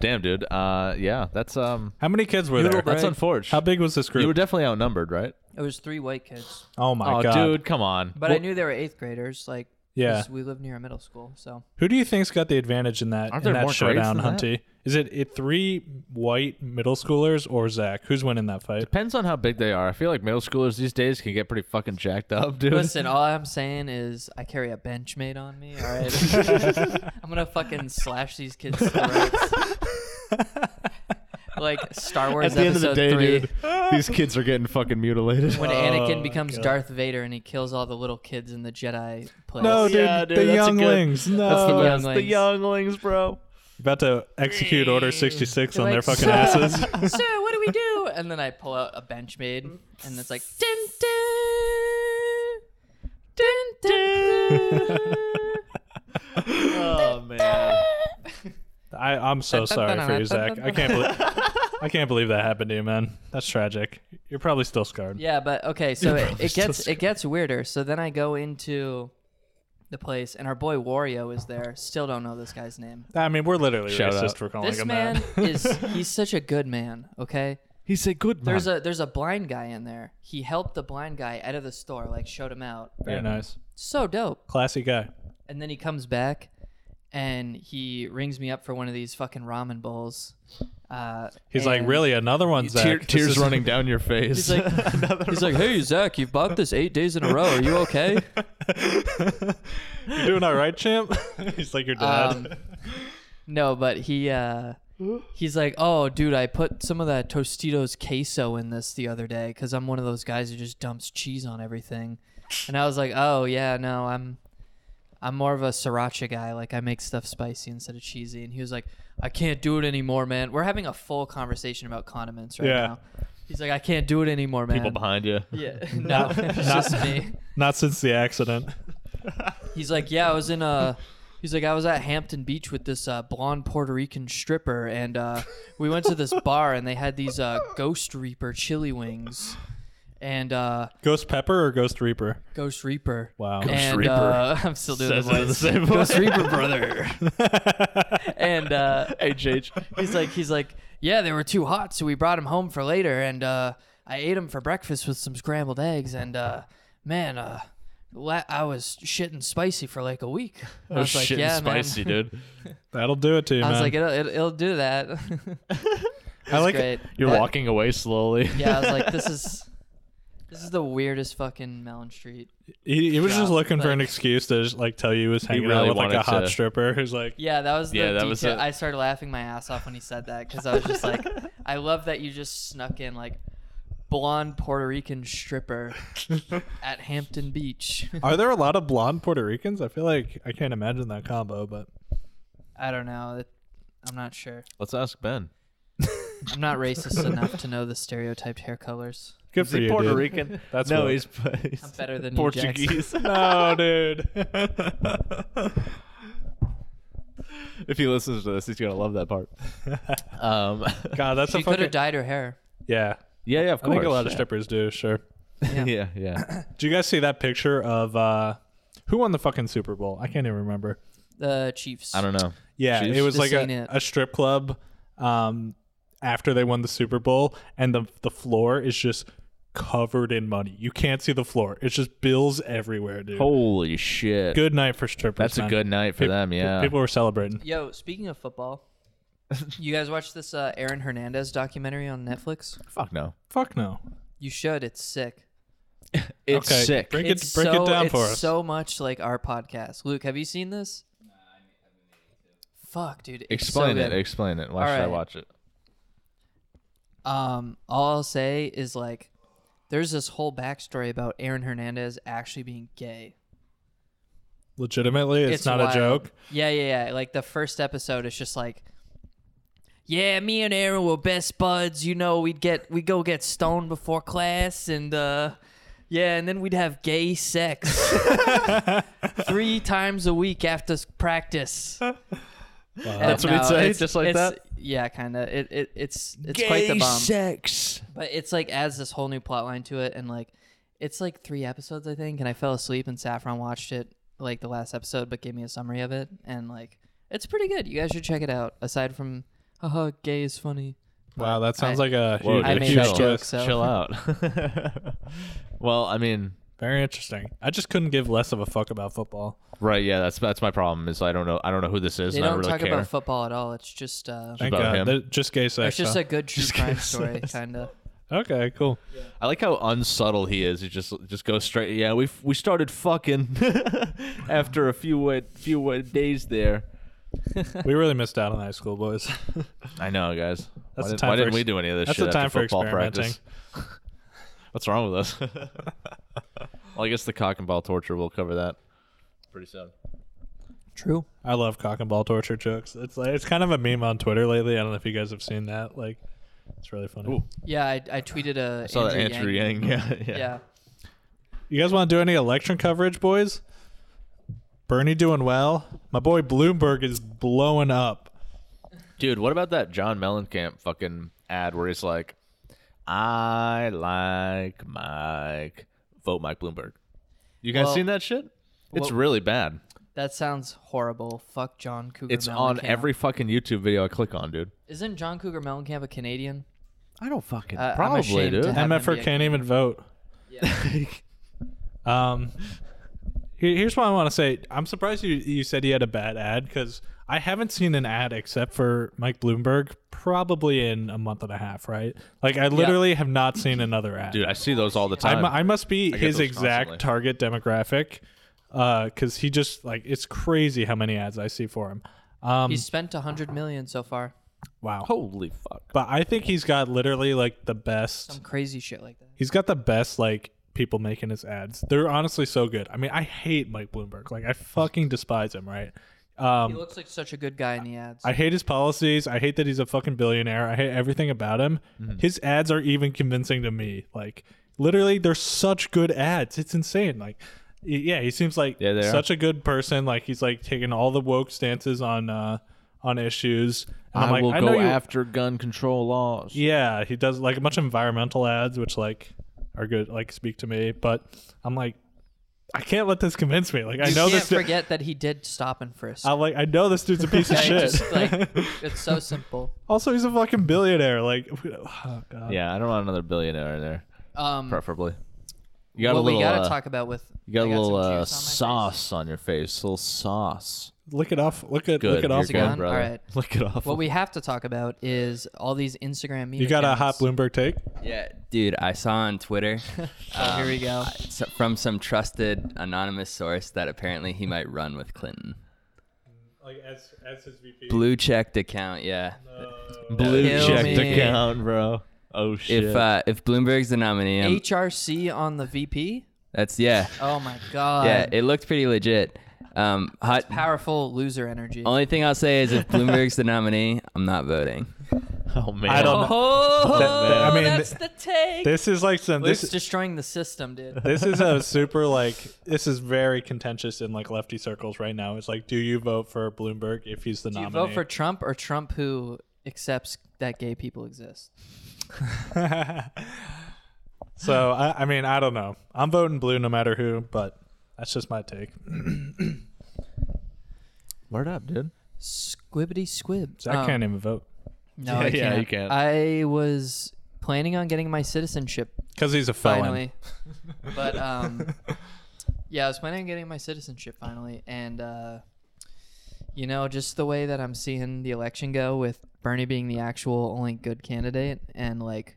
Speaker 1: Damn, dude. Uh, yeah, that's um,
Speaker 3: How many kids were there?
Speaker 1: that's
Speaker 3: How
Speaker 1: unfortunate.
Speaker 3: big was this
Speaker 1: You were
Speaker 3: group?
Speaker 1: definitely outnumbered, right?
Speaker 2: It was three white kids,
Speaker 3: Oh my
Speaker 1: oh,
Speaker 3: god,
Speaker 1: dude, come on.
Speaker 2: but I
Speaker 3: Well-
Speaker 2: knew they were eighth graders. Like,
Speaker 3: Yeah.
Speaker 2: 'cause we live near a middle school, so
Speaker 3: Who do you think's got the advantage in that
Speaker 1: Aren't there
Speaker 3: in that
Speaker 1: more grades
Speaker 3: showdown,
Speaker 1: than that?
Speaker 3: Hunty? Is it, it three white middle schoolers or Zach? Who's winning that fight?
Speaker 1: Depends on how big they are. I feel like middle schoolers these days can get pretty fucking jacked up, dude. *laughs*
Speaker 2: Listen, all I'm saying is I carry a Benchmade on me. All right, I'm gonna fucking slash these kids' throats. like Star Wars
Speaker 1: At the end of
Speaker 2: episode
Speaker 1: the day,
Speaker 2: three,
Speaker 1: dude, these kids are getting fucking mutilated.
Speaker 2: when
Speaker 3: Oh,
Speaker 2: Anakin becomes
Speaker 3: God.
Speaker 2: Darth Vader and he kills all the little kids in the Jedi place.
Speaker 3: No, dude,
Speaker 1: Yeah, dude,
Speaker 3: the
Speaker 1: that's a good-
Speaker 3: younglings.
Speaker 1: That's the
Speaker 3: No, *laughs*
Speaker 1: best. The younglings, bro.
Speaker 3: About to execute Order 66 on
Speaker 2: You're
Speaker 3: their
Speaker 2: like, *laughs*
Speaker 3: fucking asses.
Speaker 2: so what do we do? And then I pull out a Benchmade, and it's like dun dun dun dun.
Speaker 1: Oh man.
Speaker 3: I, I'm so sorry for you, Zach. I
Speaker 2: *laughs*
Speaker 3: can't believe I can't believe that happened to you, man. That's tragic. You're probably still scarred.
Speaker 2: Yeah, but okay, so it, it
Speaker 3: still
Speaker 2: gets it gets weirder. So then I go into the place, and our boy Wario is there. Still don't know this guy's name.
Speaker 3: I mean, we're literally
Speaker 1: Shout
Speaker 3: racist
Speaker 1: out.
Speaker 3: for calling
Speaker 2: This
Speaker 3: him
Speaker 2: man
Speaker 3: that.
Speaker 2: is he's such a good man. Okay,
Speaker 1: He's a good man.
Speaker 2: there's a there's a blind guy in there. He helped the blind guy out of the store, like showed him out.
Speaker 3: *laughs* Very nice,
Speaker 2: So dope.
Speaker 3: classy guy.
Speaker 2: And then he comes back and he rings me up for one of these fucking ramen bowls. Uh,
Speaker 3: He's like,
Speaker 2: and
Speaker 3: really another one, Zach.
Speaker 1: Tear-
Speaker 3: This
Speaker 1: tears
Speaker 3: is- *laughs*
Speaker 1: running down your face.
Speaker 2: He's like, he's like, hey Zach, you've bought this eight days in a row. Are you okay?
Speaker 3: *laughs* You're doing all right, champ. *laughs* He's like your dad.
Speaker 2: Um, *laughs* no, but he uh, he's like, oh dude, I put some of that Tostitos queso in this the other day because I'm one of those guys who just dumps cheese on everything. And I was like, oh yeah, no, I'm I'm more of a sriracha guy. Like I make stuff spicy instead of cheesy. And he was like, I can't do it anymore, man. We're having a full conversation about condiments right
Speaker 3: Yeah.
Speaker 2: now. He's like, I can't do it anymore, man.
Speaker 1: *laughs* people behind you.
Speaker 2: Yeah, no, it's
Speaker 3: not-
Speaker 2: just me.
Speaker 3: Not since the accident.
Speaker 2: He's like, yeah, I was in a. He's like, I was at Hampton Beach with this uh, blonde Puerto Rican stripper, and uh, we went to this bar, and they had these uh, Ghost Reaper chili wings, and uh,
Speaker 3: Ghost Pepper or Ghost Reaper?
Speaker 2: Ghost Reaper.
Speaker 3: Wow.
Speaker 2: and
Speaker 1: Reaper.
Speaker 2: Uh, *laughs* I'm still doing the
Speaker 1: Says it in the
Speaker 2: voice.
Speaker 1: same
Speaker 2: *laughs* Ghost
Speaker 1: voice.
Speaker 2: Reaper,
Speaker 1: *laughs*
Speaker 2: brother. and uh,
Speaker 1: HH.
Speaker 2: *laughs* he's like he's like yeah they were too hot so we brought them home for later and uh, i ate them for breakfast with some scrambled eggs and uh, man uh, la- i was shitting spicy for like a week i
Speaker 1: Oh
Speaker 2: was like
Speaker 1: shit,
Speaker 2: yeah
Speaker 1: spicy,
Speaker 2: man.
Speaker 1: dude.
Speaker 3: *laughs* That'll do it to you,
Speaker 2: i was
Speaker 3: man.
Speaker 2: like it'll, it'll, it'll do that *laughs*
Speaker 3: I like
Speaker 2: great
Speaker 1: You're
Speaker 2: That-
Speaker 1: walking away slowly.
Speaker 2: *laughs* yeah i was
Speaker 1: *laughs*
Speaker 2: like this is this is the weirdest fucking melon street
Speaker 3: He, he was
Speaker 2: Yeah,
Speaker 3: just looking for an
Speaker 2: like-
Speaker 3: excuse to just, like tell you he was hanging out
Speaker 1: really
Speaker 3: with like a
Speaker 1: wanted
Speaker 3: hot
Speaker 1: to-
Speaker 3: stripper who's like,
Speaker 2: yeah that was the
Speaker 1: Yeah, that was
Speaker 2: detail.
Speaker 1: it.
Speaker 2: i started laughing my ass off when he said that because i was just like i love that you just snuck in like blonde puerto rican
Speaker 1: *laughs*
Speaker 2: stripper at Hampton Beach. *laughs*
Speaker 3: "Are there a lot of blonde Puerto Ricans?" I feel like I can't imagine that
Speaker 1: *laughs*
Speaker 3: combo, but
Speaker 2: I don't know. It- I'm not sure.
Speaker 1: Let's ask Ben.
Speaker 2: I'm not racist enough to know the stereotyped hair colors.
Speaker 3: good for you, dude.
Speaker 1: *laughs* Rican?
Speaker 3: That's
Speaker 1: no,
Speaker 3: woke.
Speaker 1: he's, he's
Speaker 2: I'm better than you, Jackson. *laughs*
Speaker 1: Portuguese.
Speaker 3: no, dude. *laughs*
Speaker 1: if he listens to this, he's gonna love
Speaker 2: *laughs*
Speaker 1: that part. *laughs* Um, *laughs*
Speaker 3: God, that's
Speaker 2: She
Speaker 3: a
Speaker 2: could
Speaker 3: fucking
Speaker 2: have dyed her hair.
Speaker 3: yeah.
Speaker 1: yeah, yeah, of
Speaker 3: I
Speaker 1: course.
Speaker 3: think a lot of
Speaker 1: yeah.
Speaker 3: strippers do. Sure.
Speaker 2: Yeah.
Speaker 1: Yeah, *coughs* yeah.
Speaker 3: Do you guys see that picture of uh who won the fucking Super Bowl? I can't even remember.
Speaker 2: The Chiefs.
Speaker 1: I don't know.
Speaker 3: Yeah,
Speaker 1: Chiefs?
Speaker 3: it was
Speaker 2: This
Speaker 3: like
Speaker 2: ain't
Speaker 3: a,
Speaker 2: it.
Speaker 3: a strip club um, after they won the Super Bowl, and the the floor is just covered in money. You can't see the floor; it's just bills everywhere, dude.
Speaker 1: Holy shit.
Speaker 3: good night for strippers.
Speaker 1: That's a
Speaker 3: man.
Speaker 1: good night for
Speaker 3: Pe-
Speaker 1: them.
Speaker 3: pe-
Speaker 1: Yeah.
Speaker 3: people were celebrating.
Speaker 2: Yo, speaking of
Speaker 3: *laughs*
Speaker 2: football, you guys watch this uh, Aaron Hernandez documentary on Netflix?
Speaker 1: Fuck no.
Speaker 3: Fuck no.
Speaker 2: You should. It's sick.
Speaker 1: It's
Speaker 3: okay,
Speaker 1: sick.
Speaker 3: Break
Speaker 2: It's
Speaker 3: it. Break
Speaker 2: so,
Speaker 3: it down
Speaker 2: it's
Speaker 3: for us.
Speaker 2: so much like our podcast. Luke, have you seen this? Fuck, dude. it's so
Speaker 1: Explain it.
Speaker 2: good.
Speaker 1: Explain it. Why
Speaker 2: All
Speaker 1: should I
Speaker 2: right.
Speaker 1: watch it?
Speaker 2: Um, all I'll say is like, there's this whole backstory about Aaron Hernandez actually being gay.
Speaker 3: Legitimately, it's,
Speaker 2: It's
Speaker 3: not
Speaker 2: wild.
Speaker 3: a joke.
Speaker 2: Yeah, yeah, yeah. Like the first episode is just like, yeah, me and Aaron were best buds. You know, we'd get we go get stoned before class, and uh, yeah, and then we'd have gay sex three times a week after s- practice. uh,
Speaker 1: That's what he'd say, just like
Speaker 2: it's-
Speaker 1: that?
Speaker 2: Yeah, kind of. It, it it's it's quite the bomb.
Speaker 1: sex.
Speaker 2: But it's like adds this whole new plot line to it, and like it's like three episodes, I think. And I fell asleep, and Saffron watched it like the last episode, but gave me a summary of it, and like it's pretty good. You guys should check it out. Aside from, haha, gay is funny.
Speaker 3: Wow, that sounds
Speaker 2: I-
Speaker 3: like a
Speaker 1: Whoa,
Speaker 3: huge,
Speaker 1: dude,
Speaker 2: I made
Speaker 3: huge
Speaker 2: that joke,
Speaker 3: twist.
Speaker 2: so
Speaker 1: Chill
Speaker 3: *laughs*
Speaker 1: out. *laughs* well, I mean,
Speaker 3: Very interesting. I just couldn't give less of a fuck about football.
Speaker 1: right? Yeah, that's that's my problem. Is I don't know. I don't know who this is.
Speaker 2: they don't
Speaker 1: and I don't really
Speaker 2: talk
Speaker 1: care.
Speaker 2: about football at all. It's just uh,
Speaker 3: Thank
Speaker 1: about
Speaker 3: God.
Speaker 1: him.
Speaker 3: They're Just gay sex.
Speaker 2: it's just
Speaker 3: huh?
Speaker 2: a good true
Speaker 3: Just
Speaker 2: crime
Speaker 3: gay *laughs*
Speaker 2: story,
Speaker 3: sex.
Speaker 2: kind of.
Speaker 3: Okay, cool.
Speaker 1: I like how unsubtle he is. He just just goes straight. Yeah, we we started fucking *laughs* after a few wet, few wet days there.
Speaker 3: we really missed out on high school, boys.
Speaker 1: I know, guys. why
Speaker 3: That's the
Speaker 1: did,
Speaker 3: time
Speaker 1: why
Speaker 3: for
Speaker 1: didn't
Speaker 3: ex-
Speaker 1: we do any of this
Speaker 3: that's
Speaker 1: shit
Speaker 3: the time
Speaker 1: after
Speaker 3: for
Speaker 1: football practice? What's wrong with us? *laughs* well, I guess the cock and ball torture. We'll cover that pretty soon.
Speaker 2: True.
Speaker 3: I love cock and ball torture jokes. It's like it's kind of a meme on Twitter lately. I don't know if you guys have seen that. Like, it's really funny.
Speaker 1: Ooh.
Speaker 2: Yeah, I, I tweeted a
Speaker 1: I saw that Andrew Yang. *laughs* Yeah, yeah.
Speaker 2: Yeah.
Speaker 3: You guys want to do any election coverage, boys? Bernie doing well. My boy Bloomberg is blowing up.
Speaker 1: Dude, what about that John Mellencamp fucking ad where he's like, "I like Mike, vote Mike Bloomberg." You guys
Speaker 2: Well-
Speaker 1: seen that shit? It's
Speaker 2: well-
Speaker 1: really bad.
Speaker 2: that sounds horrible. Fuck John Cougar.
Speaker 1: It's on
Speaker 2: Mellencamp.
Speaker 1: every fucking YouTube video I click on, dude.
Speaker 2: Isn't John Cougar Mellencamp a Canadian?
Speaker 1: I don't fucking
Speaker 2: Uh, I'm
Speaker 1: probably,
Speaker 2: ashamed to
Speaker 1: dude.
Speaker 2: have-
Speaker 3: MFR
Speaker 2: him be a-
Speaker 3: can't even vote. *laughs* Um, here- here's what I want to say. I'm surprised you you said he had a bad ad because I haven't seen an ad except for Mike Bloomberg probably in a month and a half, right? Like I literally have not seen another ad.
Speaker 1: Dude, I see those all the
Speaker 3: I,
Speaker 1: time.
Speaker 3: mu- I must be
Speaker 1: get
Speaker 3: his
Speaker 1: those
Speaker 3: exact
Speaker 1: constantly.
Speaker 3: target demographic because he just like it's crazy how many ads I see for him. Um,
Speaker 2: He's spent a hundred million so far.
Speaker 3: wow.
Speaker 1: Holy fuck!
Speaker 3: But I think he's got literally like the
Speaker 2: Some
Speaker 3: best.
Speaker 2: crazy shit like that.
Speaker 3: He's got the best like people making his ads. They're honestly so good. I mean, I hate Mike Bloomberg. Like I fucking despise him, right?
Speaker 2: He looks like such a good guy in the ads.
Speaker 3: I hate his policies. I hate that he's a fucking billionaire. I hate everything about him.
Speaker 1: Mm-hmm.
Speaker 3: His ads are even convincing to me. Like literally, they're such good ads. It's insane. Like, y- yeah, he seems like
Speaker 1: Yeah, they are.
Speaker 3: such a good person. Like he's like taking all the woke stances on uh on issues. And I'm
Speaker 1: I
Speaker 3: like,
Speaker 1: will
Speaker 3: I know
Speaker 1: go
Speaker 3: you-
Speaker 1: after gun control laws.
Speaker 3: Yeah, he does like a bunch of environmental ads, which like are good, like speak to me. But I'm like, I can't let this convince me. Like I
Speaker 2: You
Speaker 3: know
Speaker 2: can't
Speaker 3: this. Dude,
Speaker 2: forget that he did stop and frisk.
Speaker 3: I like I know this dude's a
Speaker 1: *laughs*
Speaker 3: piece of
Speaker 2: Okay,
Speaker 3: shit.
Speaker 2: just, like, *laughs* it's so simple.
Speaker 3: also, he's a fucking billionaire. Like, *sighs* oh, God.
Speaker 1: Yeah, I don't want another billionaire in there,
Speaker 2: Um,
Speaker 1: preferably. You got
Speaker 2: what
Speaker 1: a little.
Speaker 2: we gotta
Speaker 1: uh,
Speaker 2: talk about with
Speaker 1: you got
Speaker 2: I
Speaker 1: a
Speaker 2: some
Speaker 1: little
Speaker 2: juice on
Speaker 1: uh,
Speaker 2: my face.
Speaker 1: sauce on your face. A little sauce.
Speaker 3: Lick it off. Lick it.
Speaker 1: Good.
Speaker 3: Lick it
Speaker 1: You're
Speaker 3: off.
Speaker 1: good,
Speaker 2: gone?
Speaker 3: Again.
Speaker 1: brother.
Speaker 2: Alright.
Speaker 1: Lick it off.
Speaker 2: What we have to talk about is all these Instagram memes.
Speaker 3: You got a hot Bloomberg take?
Speaker 4: Yeah, dude, I saw on Twitter
Speaker 2: *laughs* Oh, here we go.
Speaker 4: so- from some trusted anonymous source that apparently he might run with Clinton.
Speaker 3: Like as as his Uh, VP.
Speaker 4: Blue checked account, yeah.
Speaker 1: Blue
Speaker 2: Kill
Speaker 1: checked
Speaker 2: me.
Speaker 1: account, bro. Oh shit.
Speaker 4: If uh, if Bloomberg's the nominee,
Speaker 1: Um,
Speaker 4: I'm-
Speaker 2: HRC on the VP.
Speaker 4: that's yeah,
Speaker 2: Oh my god.
Speaker 4: yeah. It looked pretty legit. Um, hot.
Speaker 2: Powerful loser energy.
Speaker 4: Only thing I'll say is if Bloomberg's the nominee, I'm not voting.
Speaker 1: *laughs* oh man.
Speaker 3: I don't know.
Speaker 2: Oh,
Speaker 3: that- I mean,
Speaker 2: that's the take.
Speaker 3: This is like some.
Speaker 2: Luke's
Speaker 3: This
Speaker 2: destroying the system, dude.
Speaker 3: this
Speaker 1: *laughs*
Speaker 3: is a super like. This is very contentious in like lefty circles right now. It's like, do you vote for Bloomberg if he's the
Speaker 2: Do you
Speaker 3: nominee?
Speaker 2: vote for Trump or Trump who accepts that gay people exist?
Speaker 3: *laughs* so I, I mean, I don't know. I'm voting blue no matter who, but that's just my take.
Speaker 1: Word up, dude.
Speaker 2: Squibbity squib.
Speaker 3: Zach
Speaker 2: Um,
Speaker 3: can't even vote
Speaker 2: No,
Speaker 1: Yeah,
Speaker 2: I
Speaker 1: yeah,
Speaker 2: can't.
Speaker 1: you can't.
Speaker 2: I was planning on getting my citizenship
Speaker 3: because he's a felon.
Speaker 2: finally, *laughs* but um, yeah, I was planning on getting my citizenship finally, and uh, you know, just the way that I'm seeing the election go with Bernie being the actual only good candidate, and like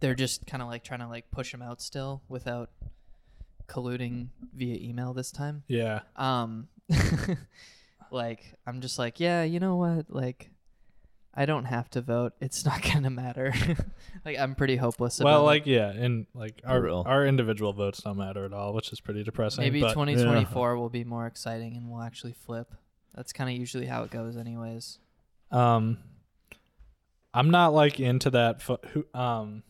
Speaker 2: they're just kind of like trying to like push him out still without colluding via email this time
Speaker 3: Yeah.
Speaker 2: um *laughs* like i'm just like yeah you know what like i don't have to vote it's not *laughs* gonna matter like i'm pretty hopeless about
Speaker 3: well,
Speaker 2: it.
Speaker 3: like yeah, and like our
Speaker 1: real.
Speaker 3: our individual votes don't matter at all, which is pretty depressing.
Speaker 2: maybe
Speaker 3: but-
Speaker 2: 2024 will be more exciting and we'll actually flip that's kind of usually how it goes anyways
Speaker 3: um i'm not like into that fu- who um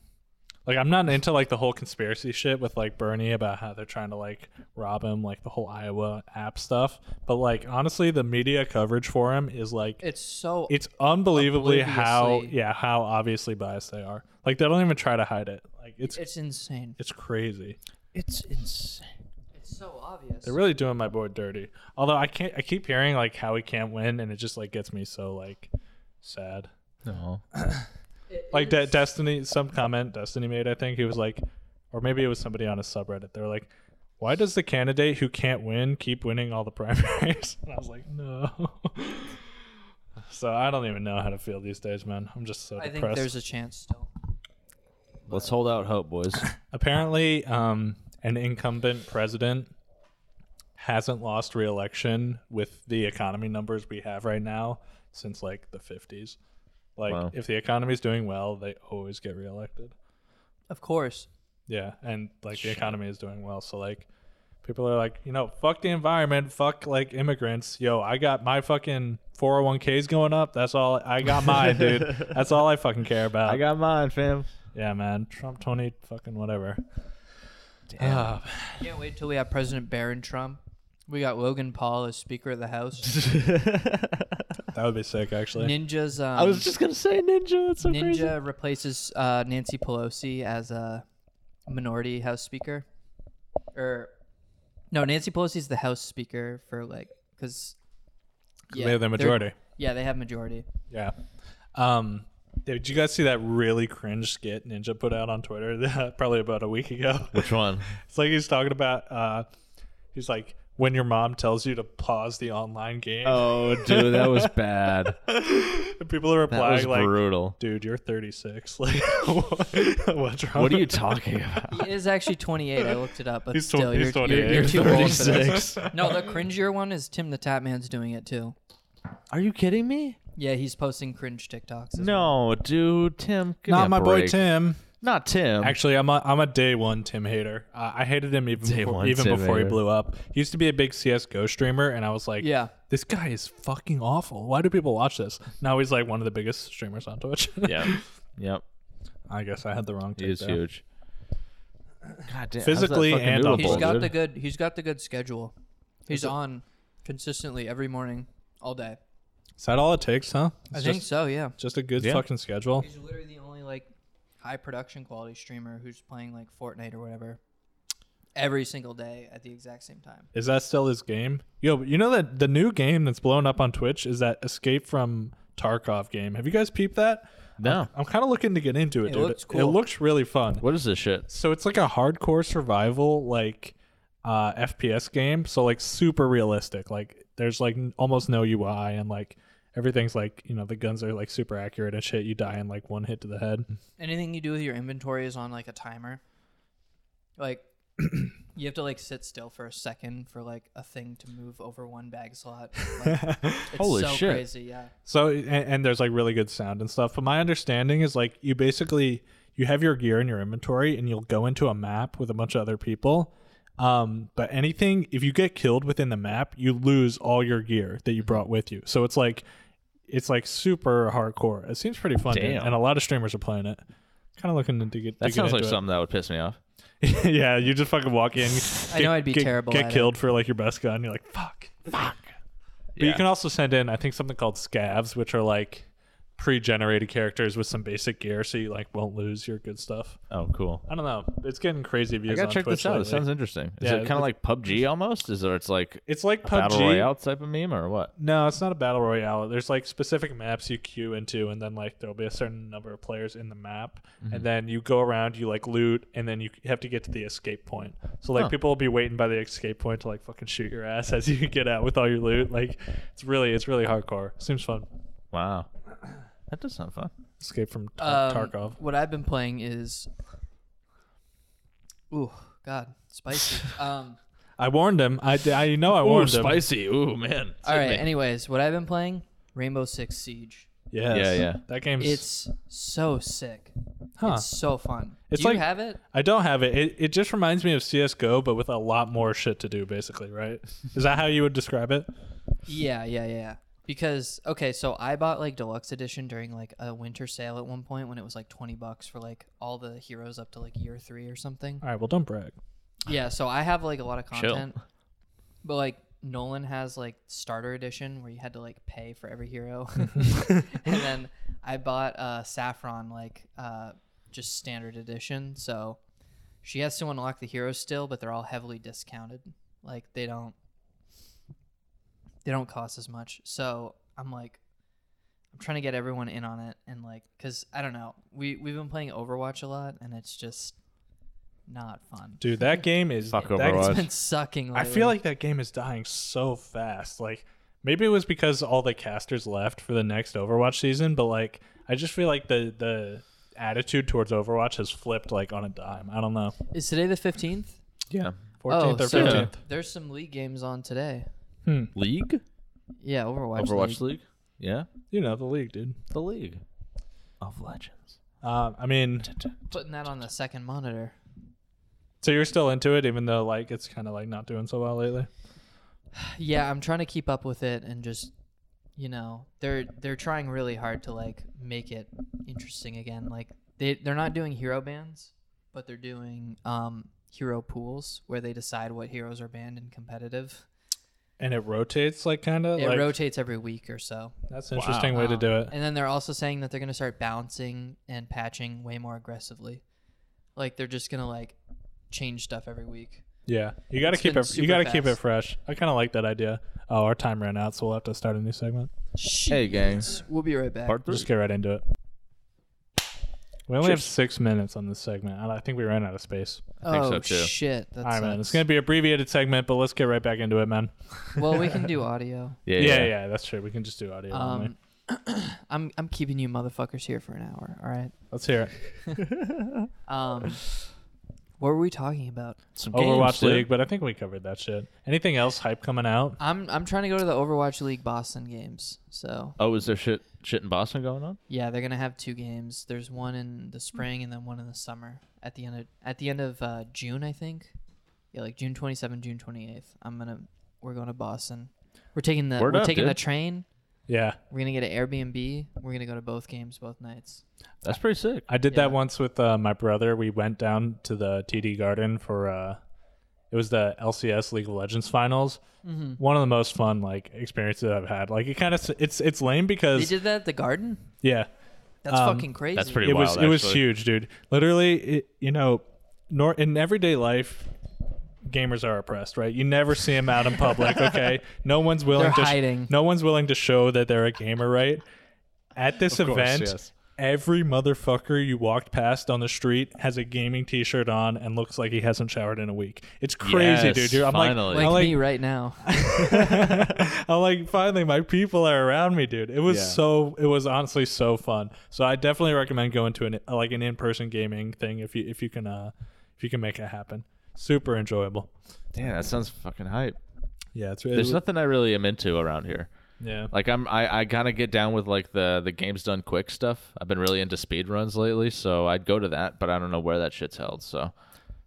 Speaker 3: like i'm not into like the whole conspiracy shit with like bernie about how they're trying to like rob him like the whole iowa app stuff but like honestly the media coverage for him is like
Speaker 2: it's so
Speaker 3: it's unbelievably how
Speaker 2: Obliviously.
Speaker 3: yeah how obviously biased they are like they don't even try to hide it like it's
Speaker 2: it's insane
Speaker 3: it's crazy
Speaker 1: It's insane.
Speaker 2: it's so obvious
Speaker 3: they're really doing my boy dirty although i can't i keep hearing like how he can't win and it just like gets me so like sad
Speaker 1: No.
Speaker 3: like De- destiny some comment destiny made i think he was like or maybe it was somebody on a subreddit they were like why does the candidate who can't win keep winning all the *laughs* primaries and i was like no *laughs* so i don't even know how to feel these days man i'm just so
Speaker 2: i think
Speaker 3: depressed
Speaker 2: there's a chance still
Speaker 1: Let's hold out hope, boys.
Speaker 3: apparently um an incumbent president hasn't lost re-election with the economy numbers we have right now since like the 50s like
Speaker 1: Wow.
Speaker 3: if the economy's doing well they always get reelected
Speaker 2: of course
Speaker 3: Yeah, and like the economy is doing well, so like People are like, you know, fuck the environment, fuck like immigrants. Yo, I got my fucking 401ks going up. That's all I got
Speaker 1: *laughs*
Speaker 3: mine, dude. That's all I fucking care about.
Speaker 1: *laughs* I got mine, fam.
Speaker 3: yeah, man. Trump 20 fucking whatever. Ah,
Speaker 2: Can't wait till we have President Barron Trump. We got Logan Paul as Speaker of the
Speaker 3: *laughs*
Speaker 2: House.
Speaker 3: that would be sick actually.
Speaker 2: Ninja's um,
Speaker 1: I was just gonna say ninja. That's so
Speaker 2: Ninja
Speaker 1: crazy.
Speaker 2: replaces uh, Nancy Pelosi as a minority House Speaker, or no, Nancy Pelosi's the House Speaker for like because
Speaker 3: they have the majority.
Speaker 2: Yeah, they have majority.
Speaker 3: Yeah. Um, did you guys see that really cringe skit Ninja put out on Twitter *laughs* probably about a week ago?
Speaker 1: *laughs* Which one?
Speaker 3: It's like he's talking about uh he's like when your mom tells you to pause the online game.
Speaker 1: Oh, dude, that was bad.
Speaker 3: *laughs* and people
Speaker 1: *laughs*
Speaker 3: are
Speaker 1: That was
Speaker 3: replying like
Speaker 1: brutal.
Speaker 3: dude, you're 36. *laughs* Like what- what's wrong?
Speaker 1: What are you *laughs*
Speaker 3: with-
Speaker 1: talking about?
Speaker 2: He is actually 28. I looked it up, but
Speaker 3: *laughs* He's tw-
Speaker 2: still,
Speaker 3: he's
Speaker 2: you're, you're,
Speaker 3: 28.
Speaker 2: you're too old for this.
Speaker 3: *laughs*
Speaker 1: 36.
Speaker 2: No, the cringier one is Tim the Tap Man's doing it too.
Speaker 1: Are you kidding me?
Speaker 2: Yeah, he's posting cringe TikToks. as well.
Speaker 1: No, dude, Tim. give me
Speaker 3: Not
Speaker 1: a
Speaker 3: my boy
Speaker 1: break.
Speaker 3: Tim.
Speaker 1: Not Tim. *laughs*
Speaker 3: Actually, I'm a, I'm a day one Tim hater. Uh, I hated him even
Speaker 1: Day
Speaker 3: before,
Speaker 1: one
Speaker 3: even
Speaker 1: Tim
Speaker 3: before
Speaker 1: hater.
Speaker 3: he blew up. He used to be a big CS:GO streamer, and I was like,
Speaker 2: Yeah.
Speaker 3: this guy is fucking awful. Why do people watch this? Now he's like one of the biggest streamers on Twitch. *laughs*
Speaker 1: Yep. Yep.
Speaker 3: I guess I had the wrong.
Speaker 1: He
Speaker 3: take
Speaker 1: is
Speaker 3: there.
Speaker 1: huge. God damn.
Speaker 3: Physically and on
Speaker 2: He's
Speaker 3: Bull,
Speaker 2: got the good. He's got the good schedule. He's on consistently every morning, all day.
Speaker 3: Is that all it takes, huh?
Speaker 2: I
Speaker 3: It's
Speaker 2: think
Speaker 3: just,
Speaker 2: so. Yeah.
Speaker 3: just a good
Speaker 1: Yeah.
Speaker 3: fucking schedule.
Speaker 2: He's literally the only like high production quality streamer who's playing like Fortnite or whatever every single day at the exact same time.
Speaker 3: Is that still his game? Yo, but you know that the new game that's blown up on Twitch is that Escape from Tarkov game. Have you guys peeped that?
Speaker 1: No.
Speaker 3: I'm kind of looking to get into it,
Speaker 2: It
Speaker 3: dude.
Speaker 2: looks
Speaker 3: It
Speaker 2: cool.
Speaker 3: looks really fun.
Speaker 1: What is this shit?
Speaker 3: So it's like a hardcore survival like uh FPS game, so like super realistic. Like there's like n- almost no UI and like everything's like, you know, the guns are like super accurate and shit. You die in like one hit to the head.
Speaker 2: Anything you do with your inventory is on like a timer. Like *clears throat* you have to like sit still for a second for like a thing to move over one bag slot. Like,
Speaker 1: *laughs*
Speaker 2: it's
Speaker 1: Holy
Speaker 2: so
Speaker 1: shit.
Speaker 2: crazy, yeah.
Speaker 3: So and, and there's like really good sound and stuff. But my understanding is like you basically you have your gear in your inventory and you'll go into a map with a bunch of other people. Um, but anything if you get killed within the map, you lose all your gear
Speaker 2: Mm-hmm.
Speaker 3: that you brought with you. So it's like it's like super hardcore. It seems pretty fun, dude,
Speaker 1: Damn.
Speaker 3: and a lot of streamers are playing it. Kind of looking to get.
Speaker 1: That
Speaker 3: to
Speaker 1: sounds
Speaker 3: get
Speaker 1: like
Speaker 3: into
Speaker 1: something that would piss me off.
Speaker 3: it. *laughs* yeah, you just fucking walk in.
Speaker 2: *laughs* I
Speaker 3: get-
Speaker 2: know I'd be
Speaker 3: get-
Speaker 2: terrible
Speaker 3: Get
Speaker 2: at it.
Speaker 3: killed for like your best gun. You're like fuck. But you
Speaker 1: Yeah.
Speaker 3: can also send in, I think, something called scavs, which are like pre-generated characters with some basic gear, so you like won't lose your good stuff.
Speaker 1: Oh, cool.
Speaker 3: I don't know. It's getting crazy
Speaker 1: I
Speaker 3: views
Speaker 1: gotta
Speaker 3: on
Speaker 1: check
Speaker 3: Twitch
Speaker 1: this out. This
Speaker 3: lately.
Speaker 1: sounds interesting. Is
Speaker 3: Yeah,
Speaker 1: it kind
Speaker 3: it's-
Speaker 1: of like PUBG almost? Is there? It's like
Speaker 3: it's like
Speaker 1: a battle
Speaker 3: PUBG.
Speaker 1: royale type of meme or what?
Speaker 3: No, it's not a battle royale. There's like specific maps you queue into, and then like there'll be a certain number of players in the map,
Speaker 1: Mm-hmm.
Speaker 3: and then you go around, you like loot, and then you have to get to the escape point. So like
Speaker 1: Huh.
Speaker 3: people will be waiting by the escape point to like fucking shoot your ass *laughs* as you get out with all your loot. Like it's really, it's really hardcore. Seems fun.
Speaker 1: Wow. That does sound fun.
Speaker 3: Escape from Tar-
Speaker 2: Um,
Speaker 3: Uh, Tarkov.
Speaker 2: What I've been playing is, ooh, God,
Speaker 3: *laughs*
Speaker 2: spicy. um,
Speaker 3: I warned him. I, I know I warned him.
Speaker 1: Ooh, man.
Speaker 2: all right. Anyways, what I've been playing, Rainbow Six Siege.
Speaker 3: Yes.
Speaker 1: Yeah, yeah.
Speaker 3: That game's.
Speaker 2: It's so sick.
Speaker 3: Huh.
Speaker 2: It's so fun.
Speaker 3: It's
Speaker 2: Do
Speaker 3: like-
Speaker 2: you have it?
Speaker 3: I don't have it. it. It just reminds me of CS:GO, but with a lot more shit to do,
Speaker 1: *laughs*
Speaker 3: basically. Right? Is that how you would describe it?
Speaker 2: Yeah, yeah, yeah. Because okay, so I bought like deluxe edition during like a winter sale at one point when it was like twenty bucks for like all the heroes up to like year three or something.
Speaker 3: All right. Well, don't brag.
Speaker 2: Yeah, so I have like a lot of
Speaker 1: Chill.
Speaker 2: content. But like Nolan has like starter edition where you had to like pay for every hero. *laughs* and then I bought uh Saffron like uh just standard edition, so she has to unlock the heroes still, but they're all heavily discounted. Like they don't they don't cost as much. So I'm like I'm trying to get everyone in on it and like cuz I don't know. We we've been playing Overwatch a lot and it's just not fun.
Speaker 3: Dude, that game is.
Speaker 1: Fuck
Speaker 3: that-
Speaker 1: Overwatch.
Speaker 2: It's been sucking.
Speaker 3: I
Speaker 2: Lately.
Speaker 3: feel like that game is dying so fast. Like maybe it was because all the casters left for the next Overwatch season, but like I just feel like the the attitude towards Overwatch has flipped like on a dime. I don't know.
Speaker 2: is today the fifteenth.
Speaker 1: Yeah.
Speaker 3: 14th
Speaker 2: oh,
Speaker 3: or
Speaker 2: so
Speaker 3: 15th.
Speaker 2: There's some league games on today.
Speaker 1: League?
Speaker 2: Yeah, Overwatch. league.
Speaker 1: Overwatch League? Yeah.
Speaker 3: You know the league, dude.
Speaker 1: The League of Legends.
Speaker 3: Uh, I mean,
Speaker 2: Putting that on the second monitor.
Speaker 3: So you're still into it, even though like it's kind of like not doing so well lately.
Speaker 2: Yeah, I'm trying to keep up with it and just you know, they're they're trying really hard to like make it interesting again. Like they they're not doing hero bans, but they're doing um hero pools where they decide what heroes are banned in competitive.
Speaker 3: And it rotates like kind of.
Speaker 2: It
Speaker 3: like,
Speaker 2: rotates every week or so.
Speaker 3: That's an interesting way to
Speaker 2: Um,
Speaker 3: do it.
Speaker 2: And then they're also saying that they're going to start balancing and patching way more aggressively. Like they're just going to like change stuff every week.
Speaker 3: Yeah, you got to
Speaker 2: It's
Speaker 3: keep
Speaker 2: been
Speaker 3: it. You
Speaker 2: super
Speaker 3: got to keep it
Speaker 2: fast.
Speaker 3: fresh. I kind of like that idea. Oh, our time ran out, so we'll have to start a new segment.
Speaker 1: Hey, gang.
Speaker 2: Jeez. We'll be right back.
Speaker 1: Part three.
Speaker 3: Just get right into it. We only have six minutes on this segment. and I think we ran out of space.
Speaker 1: I think
Speaker 2: oh
Speaker 1: so, too.
Speaker 2: shit! That's
Speaker 3: All right, man. It's gonna be an abbreviated segment, but let's get right back into it, man.
Speaker 2: well,
Speaker 3: *laughs*
Speaker 2: we can do audio.
Speaker 1: Yeah,
Speaker 3: Yeah,
Speaker 1: yeah.
Speaker 3: yeah, that's true. We can just do audio only.
Speaker 2: Um, *clears throat* I'm I'm keeping you motherfuckers here for an hour. All right.
Speaker 3: Let's hear it.
Speaker 2: Um, what were we talking about?
Speaker 1: Some games,
Speaker 3: Overwatch
Speaker 1: dude.
Speaker 3: League, but I think we covered that shit. Anything else hype coming out?
Speaker 2: I'm I'm trying to go to the Overwatch League Boston games. So
Speaker 1: Oh, is there shit shit in Boston going on?
Speaker 2: yeah, they're gonna have two games. There's one in the spring and then one in the summer. At the end of at the end of uh, June, I think. Yeah, like June 27, June 28th. I'm gonna we're going to Boston. We're taking the
Speaker 1: Word
Speaker 2: we're
Speaker 1: up,
Speaker 2: taking the
Speaker 1: dude.
Speaker 2: train.
Speaker 3: Yeah,
Speaker 2: We're gonna get an Airbnb. We're gonna go to both games both nights.
Speaker 1: That's pretty sick.
Speaker 3: I did
Speaker 2: Yeah.
Speaker 3: that once with uh, my brother. We went down to the TD Garden for uh, it was the LCS League of Legends finals.
Speaker 2: Mm-hmm.
Speaker 3: One of the most fun like experiences I've had. Like it kind of it's it's lame
Speaker 2: They
Speaker 3: because
Speaker 2: did that at the Garden.
Speaker 3: yeah,
Speaker 2: That's
Speaker 3: Um,
Speaker 2: fucking crazy.
Speaker 1: That's pretty
Speaker 3: it was
Speaker 1: wild.
Speaker 3: it was
Speaker 1: actually.
Speaker 3: huge, dude. Literally, it, you know, nor in everyday life. Gamers are oppressed, right? You never see them out
Speaker 1: *laughs*
Speaker 3: in public. Okay, no one's willing
Speaker 2: They're
Speaker 3: to sh-
Speaker 2: hiding.
Speaker 3: no one's willing to show that they're a gamer, right? At this
Speaker 1: Of course,
Speaker 3: event,
Speaker 1: yes.
Speaker 3: every motherfucker you walked past on the street has a gaming T-shirt on and looks like he hasn't showered in a week. It's crazy,
Speaker 1: Yes,
Speaker 3: dude. You're- I'm
Speaker 1: finally.
Speaker 3: like,
Speaker 2: like,
Speaker 3: I'm like,
Speaker 2: me right
Speaker 1: *laughs*
Speaker 2: now.
Speaker 3: I'm like, finally, my people are around me, dude. It was
Speaker 1: Yeah.
Speaker 3: so, it was honestly so fun. So I definitely recommend going to an like an in-person gaming thing if you if you can uh if you can make it happen. Super enjoyable.
Speaker 1: Damn, that sounds fucking hype.
Speaker 3: Yeah, it's really
Speaker 1: There's nothing I really am into around here.
Speaker 3: yeah.
Speaker 1: Like I'm, I, I kind of get down with like the the game's done quick stuff. I've been really into speed runs lately, so I'd go to that, but I don't know where that shit's held. So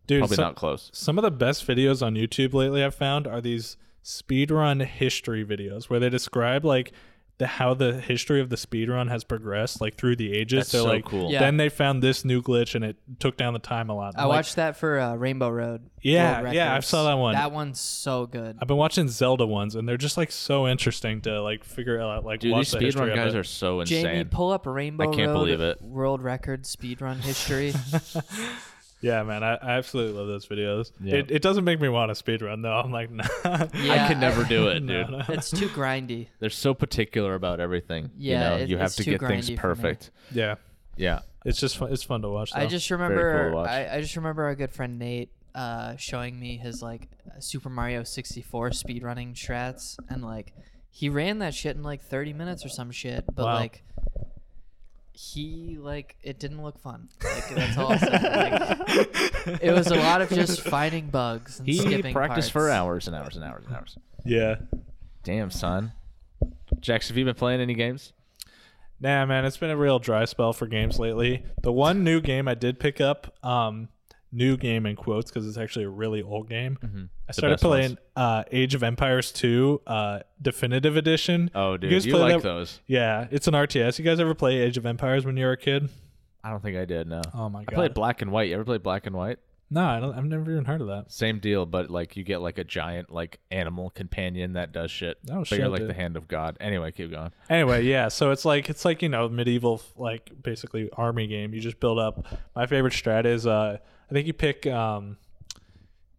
Speaker 3: Dude,
Speaker 1: probably
Speaker 3: some,
Speaker 1: not close.
Speaker 3: some of the best videos on YouTube lately I've found are these speedrun history videos where they describe like the how the history of the speedrun has progressed like through the ages.
Speaker 1: That's
Speaker 3: so,
Speaker 1: so
Speaker 3: like
Speaker 1: cool.
Speaker 2: Yeah.
Speaker 3: then they found this new glitch and it took down the time a lot.
Speaker 2: I
Speaker 3: Like,
Speaker 2: watched that for uh, Rainbow Road.
Speaker 3: Yeah,
Speaker 2: World
Speaker 3: yeah, I
Speaker 2: Records.
Speaker 3: saw that one.
Speaker 2: That one's so good.
Speaker 3: I've been watching Zelda ones, and they're just like so interesting to like figure out like
Speaker 1: Dude,
Speaker 3: what's
Speaker 1: these
Speaker 3: the
Speaker 1: speed
Speaker 3: history
Speaker 1: run
Speaker 3: of
Speaker 1: guys
Speaker 3: it.
Speaker 1: are so insane.
Speaker 2: Jamie, pull up Rainbow
Speaker 1: I can't
Speaker 2: Road
Speaker 1: believe it.
Speaker 2: World Record speedrun
Speaker 1: *laughs*
Speaker 2: history.
Speaker 3: *laughs* Yeah, man, I, I absolutely love those videos.
Speaker 1: Yeah.
Speaker 3: It, it doesn't make me want to speedrun though. I'm like, *laughs* nah.
Speaker 1: I
Speaker 2: Yeah,
Speaker 1: can never do
Speaker 3: *laughs*
Speaker 1: it,
Speaker 3: No,
Speaker 1: dude.
Speaker 3: no.
Speaker 2: It's too grindy.
Speaker 1: They're so particular about everything.
Speaker 2: Yeah,
Speaker 1: you know,
Speaker 2: it-
Speaker 1: you have
Speaker 2: it's
Speaker 1: to
Speaker 2: too
Speaker 1: get things
Speaker 2: grindy for me.
Speaker 1: perfect.
Speaker 3: Yeah,
Speaker 1: Yeah,
Speaker 3: it's just fun, it's fun to watch.
Speaker 2: I
Speaker 3: though.
Speaker 2: just
Speaker 1: cool
Speaker 2: remember
Speaker 1: to watch.
Speaker 2: I, I just remember our good friend Nate uh, showing me his like Super Mario 64 speedrunning strats and like he ran that shit in like 30 minutes or some shit but
Speaker 3: Wow.
Speaker 2: like he like it didn't look fun. Like that's all. I'll say. Like,
Speaker 1: *laughs*
Speaker 2: it was a lot of just finding bugs and
Speaker 1: he
Speaker 2: skipping
Speaker 1: practiced for
Speaker 2: parts.
Speaker 1: hours and hours and hours and hours.
Speaker 3: yeah.
Speaker 1: Damn, son. Jax, have you been playing any games?
Speaker 3: Nah, man, it's been a real dry spell for games lately. The one new game I did pick up, um, new game in quotes because it's actually a really old game. I
Speaker 1: Mm-hmm.
Speaker 3: started
Speaker 1: best ones.
Speaker 3: playing uh, Age of Empires 2 uh, Definitive Edition.
Speaker 1: Oh, dude,
Speaker 3: guys
Speaker 1: you
Speaker 3: play
Speaker 1: like
Speaker 3: that-
Speaker 1: those?
Speaker 3: Yeah, it's an RTS. You guys ever play Age of Empires when you were a kid?
Speaker 1: I don't think I did. No.
Speaker 3: Oh my
Speaker 1: I played Black and White. You ever played Black and White?
Speaker 3: no, I don't, I've never even heard of that.
Speaker 1: Same deal, but like you get like a giant like animal companion that does shit. Bigger
Speaker 3: Oh, shit,
Speaker 1: like
Speaker 3: dude.
Speaker 1: the hand of God. Anyway, keep going.
Speaker 3: Anyway, yeah, so it's like it's like you know medieval like basically army game. You just build up. My favorite strat is uh, I think you pick um,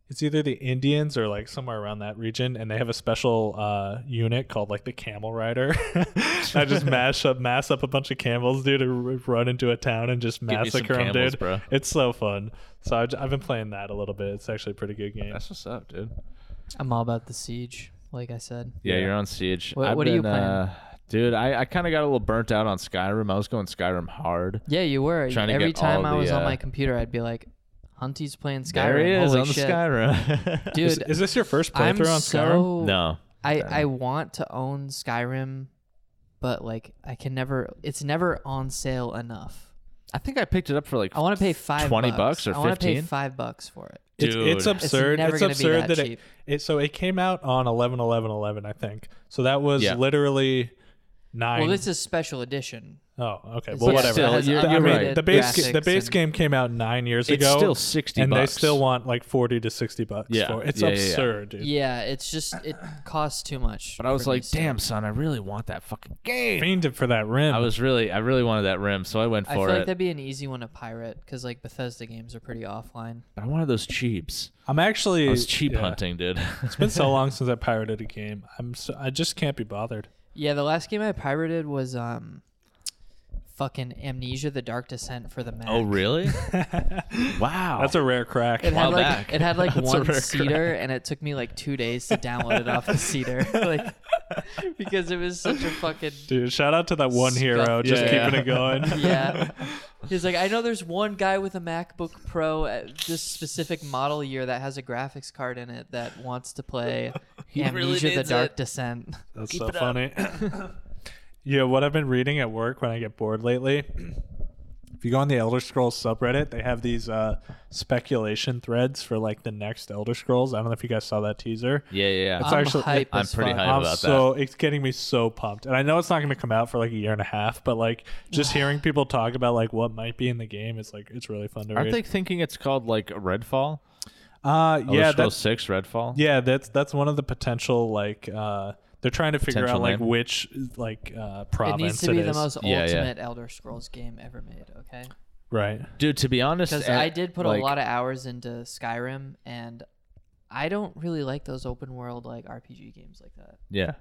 Speaker 3: it's either the Indians or like somewhere around that region, and they have a special uh unit called like the Camel Rider. *laughs* I just mash up mass up a bunch of camels, dude, and r- run into a town and just
Speaker 1: me some
Speaker 3: massacre them,
Speaker 1: camels,
Speaker 3: dude.
Speaker 1: bro.
Speaker 3: It's so fun. So I, have been playing that a little bit. It's actually a pretty good game.
Speaker 1: That's what's up, dude.
Speaker 2: I'm all about the siege, like I said.
Speaker 1: Yeah, you're on Siege.
Speaker 2: What-
Speaker 1: I've
Speaker 2: what are you
Speaker 1: been,
Speaker 2: playing?
Speaker 1: Uh, dude, I, I kind of got a little burnt out on Skyrim. I was going Skyrim hard.
Speaker 2: Yeah, you were.
Speaker 1: Trying to
Speaker 2: Every
Speaker 1: get
Speaker 2: time
Speaker 1: all
Speaker 2: I was
Speaker 1: the,
Speaker 2: on
Speaker 1: uh,
Speaker 2: my computer, I'd be like, "Hunty's playing Skyrim."
Speaker 1: There he is
Speaker 2: Holy
Speaker 1: on the
Speaker 2: shit. *laughs*
Speaker 1: Skyrim. *laughs*
Speaker 2: dude.
Speaker 3: Is, is this your first
Speaker 2: I'm
Speaker 3: playthrough on Skyrim?
Speaker 2: so
Speaker 1: no.
Speaker 2: I
Speaker 1: Skyrim.
Speaker 2: I want to own Skyrim, but like I can never. It's never on sale enough.
Speaker 1: I think I picked it up for like
Speaker 2: I want to pay five.
Speaker 1: 20 bucks or
Speaker 2: I want to pay
Speaker 1: 15?
Speaker 2: five bucks for it.
Speaker 3: It's,
Speaker 1: Dude.
Speaker 3: it's absurd.
Speaker 2: never
Speaker 3: It's,
Speaker 2: gonna be
Speaker 3: absurd
Speaker 2: that
Speaker 3: that,
Speaker 2: cheap.
Speaker 3: it, it. So it came out on 11 11 11, I think. So that was
Speaker 1: Yeah.
Speaker 3: literally nine.
Speaker 2: Well, this is special edition.
Speaker 3: oh, okay.
Speaker 2: It's
Speaker 3: Well,
Speaker 2: like
Speaker 3: whatever.
Speaker 1: still-
Speaker 2: has
Speaker 1: You're-
Speaker 3: I
Speaker 1: you're
Speaker 3: mean,
Speaker 2: upgraded
Speaker 1: right.
Speaker 3: the base
Speaker 2: graphics
Speaker 3: the base
Speaker 2: and-
Speaker 3: game came out nine years
Speaker 1: It's
Speaker 3: ago.
Speaker 1: still 60
Speaker 3: and
Speaker 1: bucks.
Speaker 3: they still want like 40 to 60 bucks.
Speaker 1: Yeah.
Speaker 3: For it. It's
Speaker 1: Yeah, yeah, yeah.
Speaker 3: absurd, dude.
Speaker 2: Yeah, it's just it costs too much.
Speaker 1: But I was
Speaker 2: for me
Speaker 1: like,
Speaker 2: still.
Speaker 1: damn, son, I really want that fucking game.
Speaker 3: Fiended for that rim.
Speaker 1: I was really, I really wanted that rim, so I went
Speaker 2: I feel
Speaker 1: for
Speaker 2: like
Speaker 1: it.
Speaker 2: that'd be an easy one to pirate because like Bethesda games are pretty offline.
Speaker 1: but I wanted those cheaps.
Speaker 3: I'm actually.
Speaker 1: I was cheap
Speaker 3: yeah.
Speaker 1: hunting, dude.
Speaker 3: *laughs* It's been so long since I pirated a game. I'm so, I just can't be bothered.
Speaker 2: Yeah, the last game I pirated was um, fucking Amnesia: The Dark Descent for the Mac.
Speaker 1: *laughs* oh,
Speaker 3: *laughs*
Speaker 1: really? wow.
Speaker 3: That's a rare crack.
Speaker 2: It had
Speaker 1: While
Speaker 2: like
Speaker 1: back.
Speaker 2: it had like
Speaker 1: *laughs* That's a
Speaker 2: one
Speaker 1: rare
Speaker 2: cedar, and it took me like two days to download it off the cedar, *laughs* like because it was such a fucking
Speaker 3: Dude, shout out to that one hero
Speaker 2: Scuff-
Speaker 3: just
Speaker 1: Yeah, *laughs* yeah.
Speaker 3: keeping it going.
Speaker 2: yeah. He's like, I know there's one guy with a MacBook Pro at this specific model year that has a graphics card in it that wants to
Speaker 4: *laughs*
Speaker 2: play
Speaker 4: really
Speaker 2: Amnesia: The
Speaker 4: needs
Speaker 2: Dark
Speaker 4: it.
Speaker 2: Descent.
Speaker 3: That's so
Speaker 1: *coughs*
Speaker 3: funny. *coughs* yeah, what I've been reading at work when I get bored lately. *clears throat* If you go on the Elder Scrolls subreddit, they have these uh, speculation threads for like the next Elder Scrolls. I don't know if you guys saw that teaser.
Speaker 1: yeah, yeah.
Speaker 3: It's
Speaker 1: yeah.
Speaker 2: I'm
Speaker 3: actually-
Speaker 2: hype
Speaker 1: I'm
Speaker 2: as
Speaker 1: pretty
Speaker 2: fuck.
Speaker 1: hype.
Speaker 3: I'm
Speaker 1: about
Speaker 3: so it's getting me so pumped, and I know it's not going to come out for like a year and a half, but like
Speaker 1: *sighs*
Speaker 3: just hearing people talk about like what might be in the game, it's like it's really fun to
Speaker 1: Aren't
Speaker 3: read.
Speaker 1: they thinking it's called like Redfall?
Speaker 3: uh,
Speaker 1: Elder
Speaker 3: yeah,
Speaker 1: Scrolls
Speaker 3: that's
Speaker 1: Six Redfall.
Speaker 3: Yeah, that's that's one of the potential like uh they're trying to figure
Speaker 1: Potential
Speaker 3: out like
Speaker 1: name.
Speaker 3: which like
Speaker 2: It
Speaker 3: uh
Speaker 2: needs
Speaker 3: province
Speaker 2: to
Speaker 3: it
Speaker 2: be the
Speaker 3: is.
Speaker 2: most
Speaker 1: Yeah, yeah.
Speaker 2: ultimate Elder Scrolls game ever made. Okay,
Speaker 3: right.
Speaker 1: Dude, to be honest,
Speaker 2: because
Speaker 1: at-
Speaker 2: I did put
Speaker 1: uh, like,
Speaker 2: a lot of hours into Skyrim, and I don't really like those open world like RPG games like that.
Speaker 1: Yeah,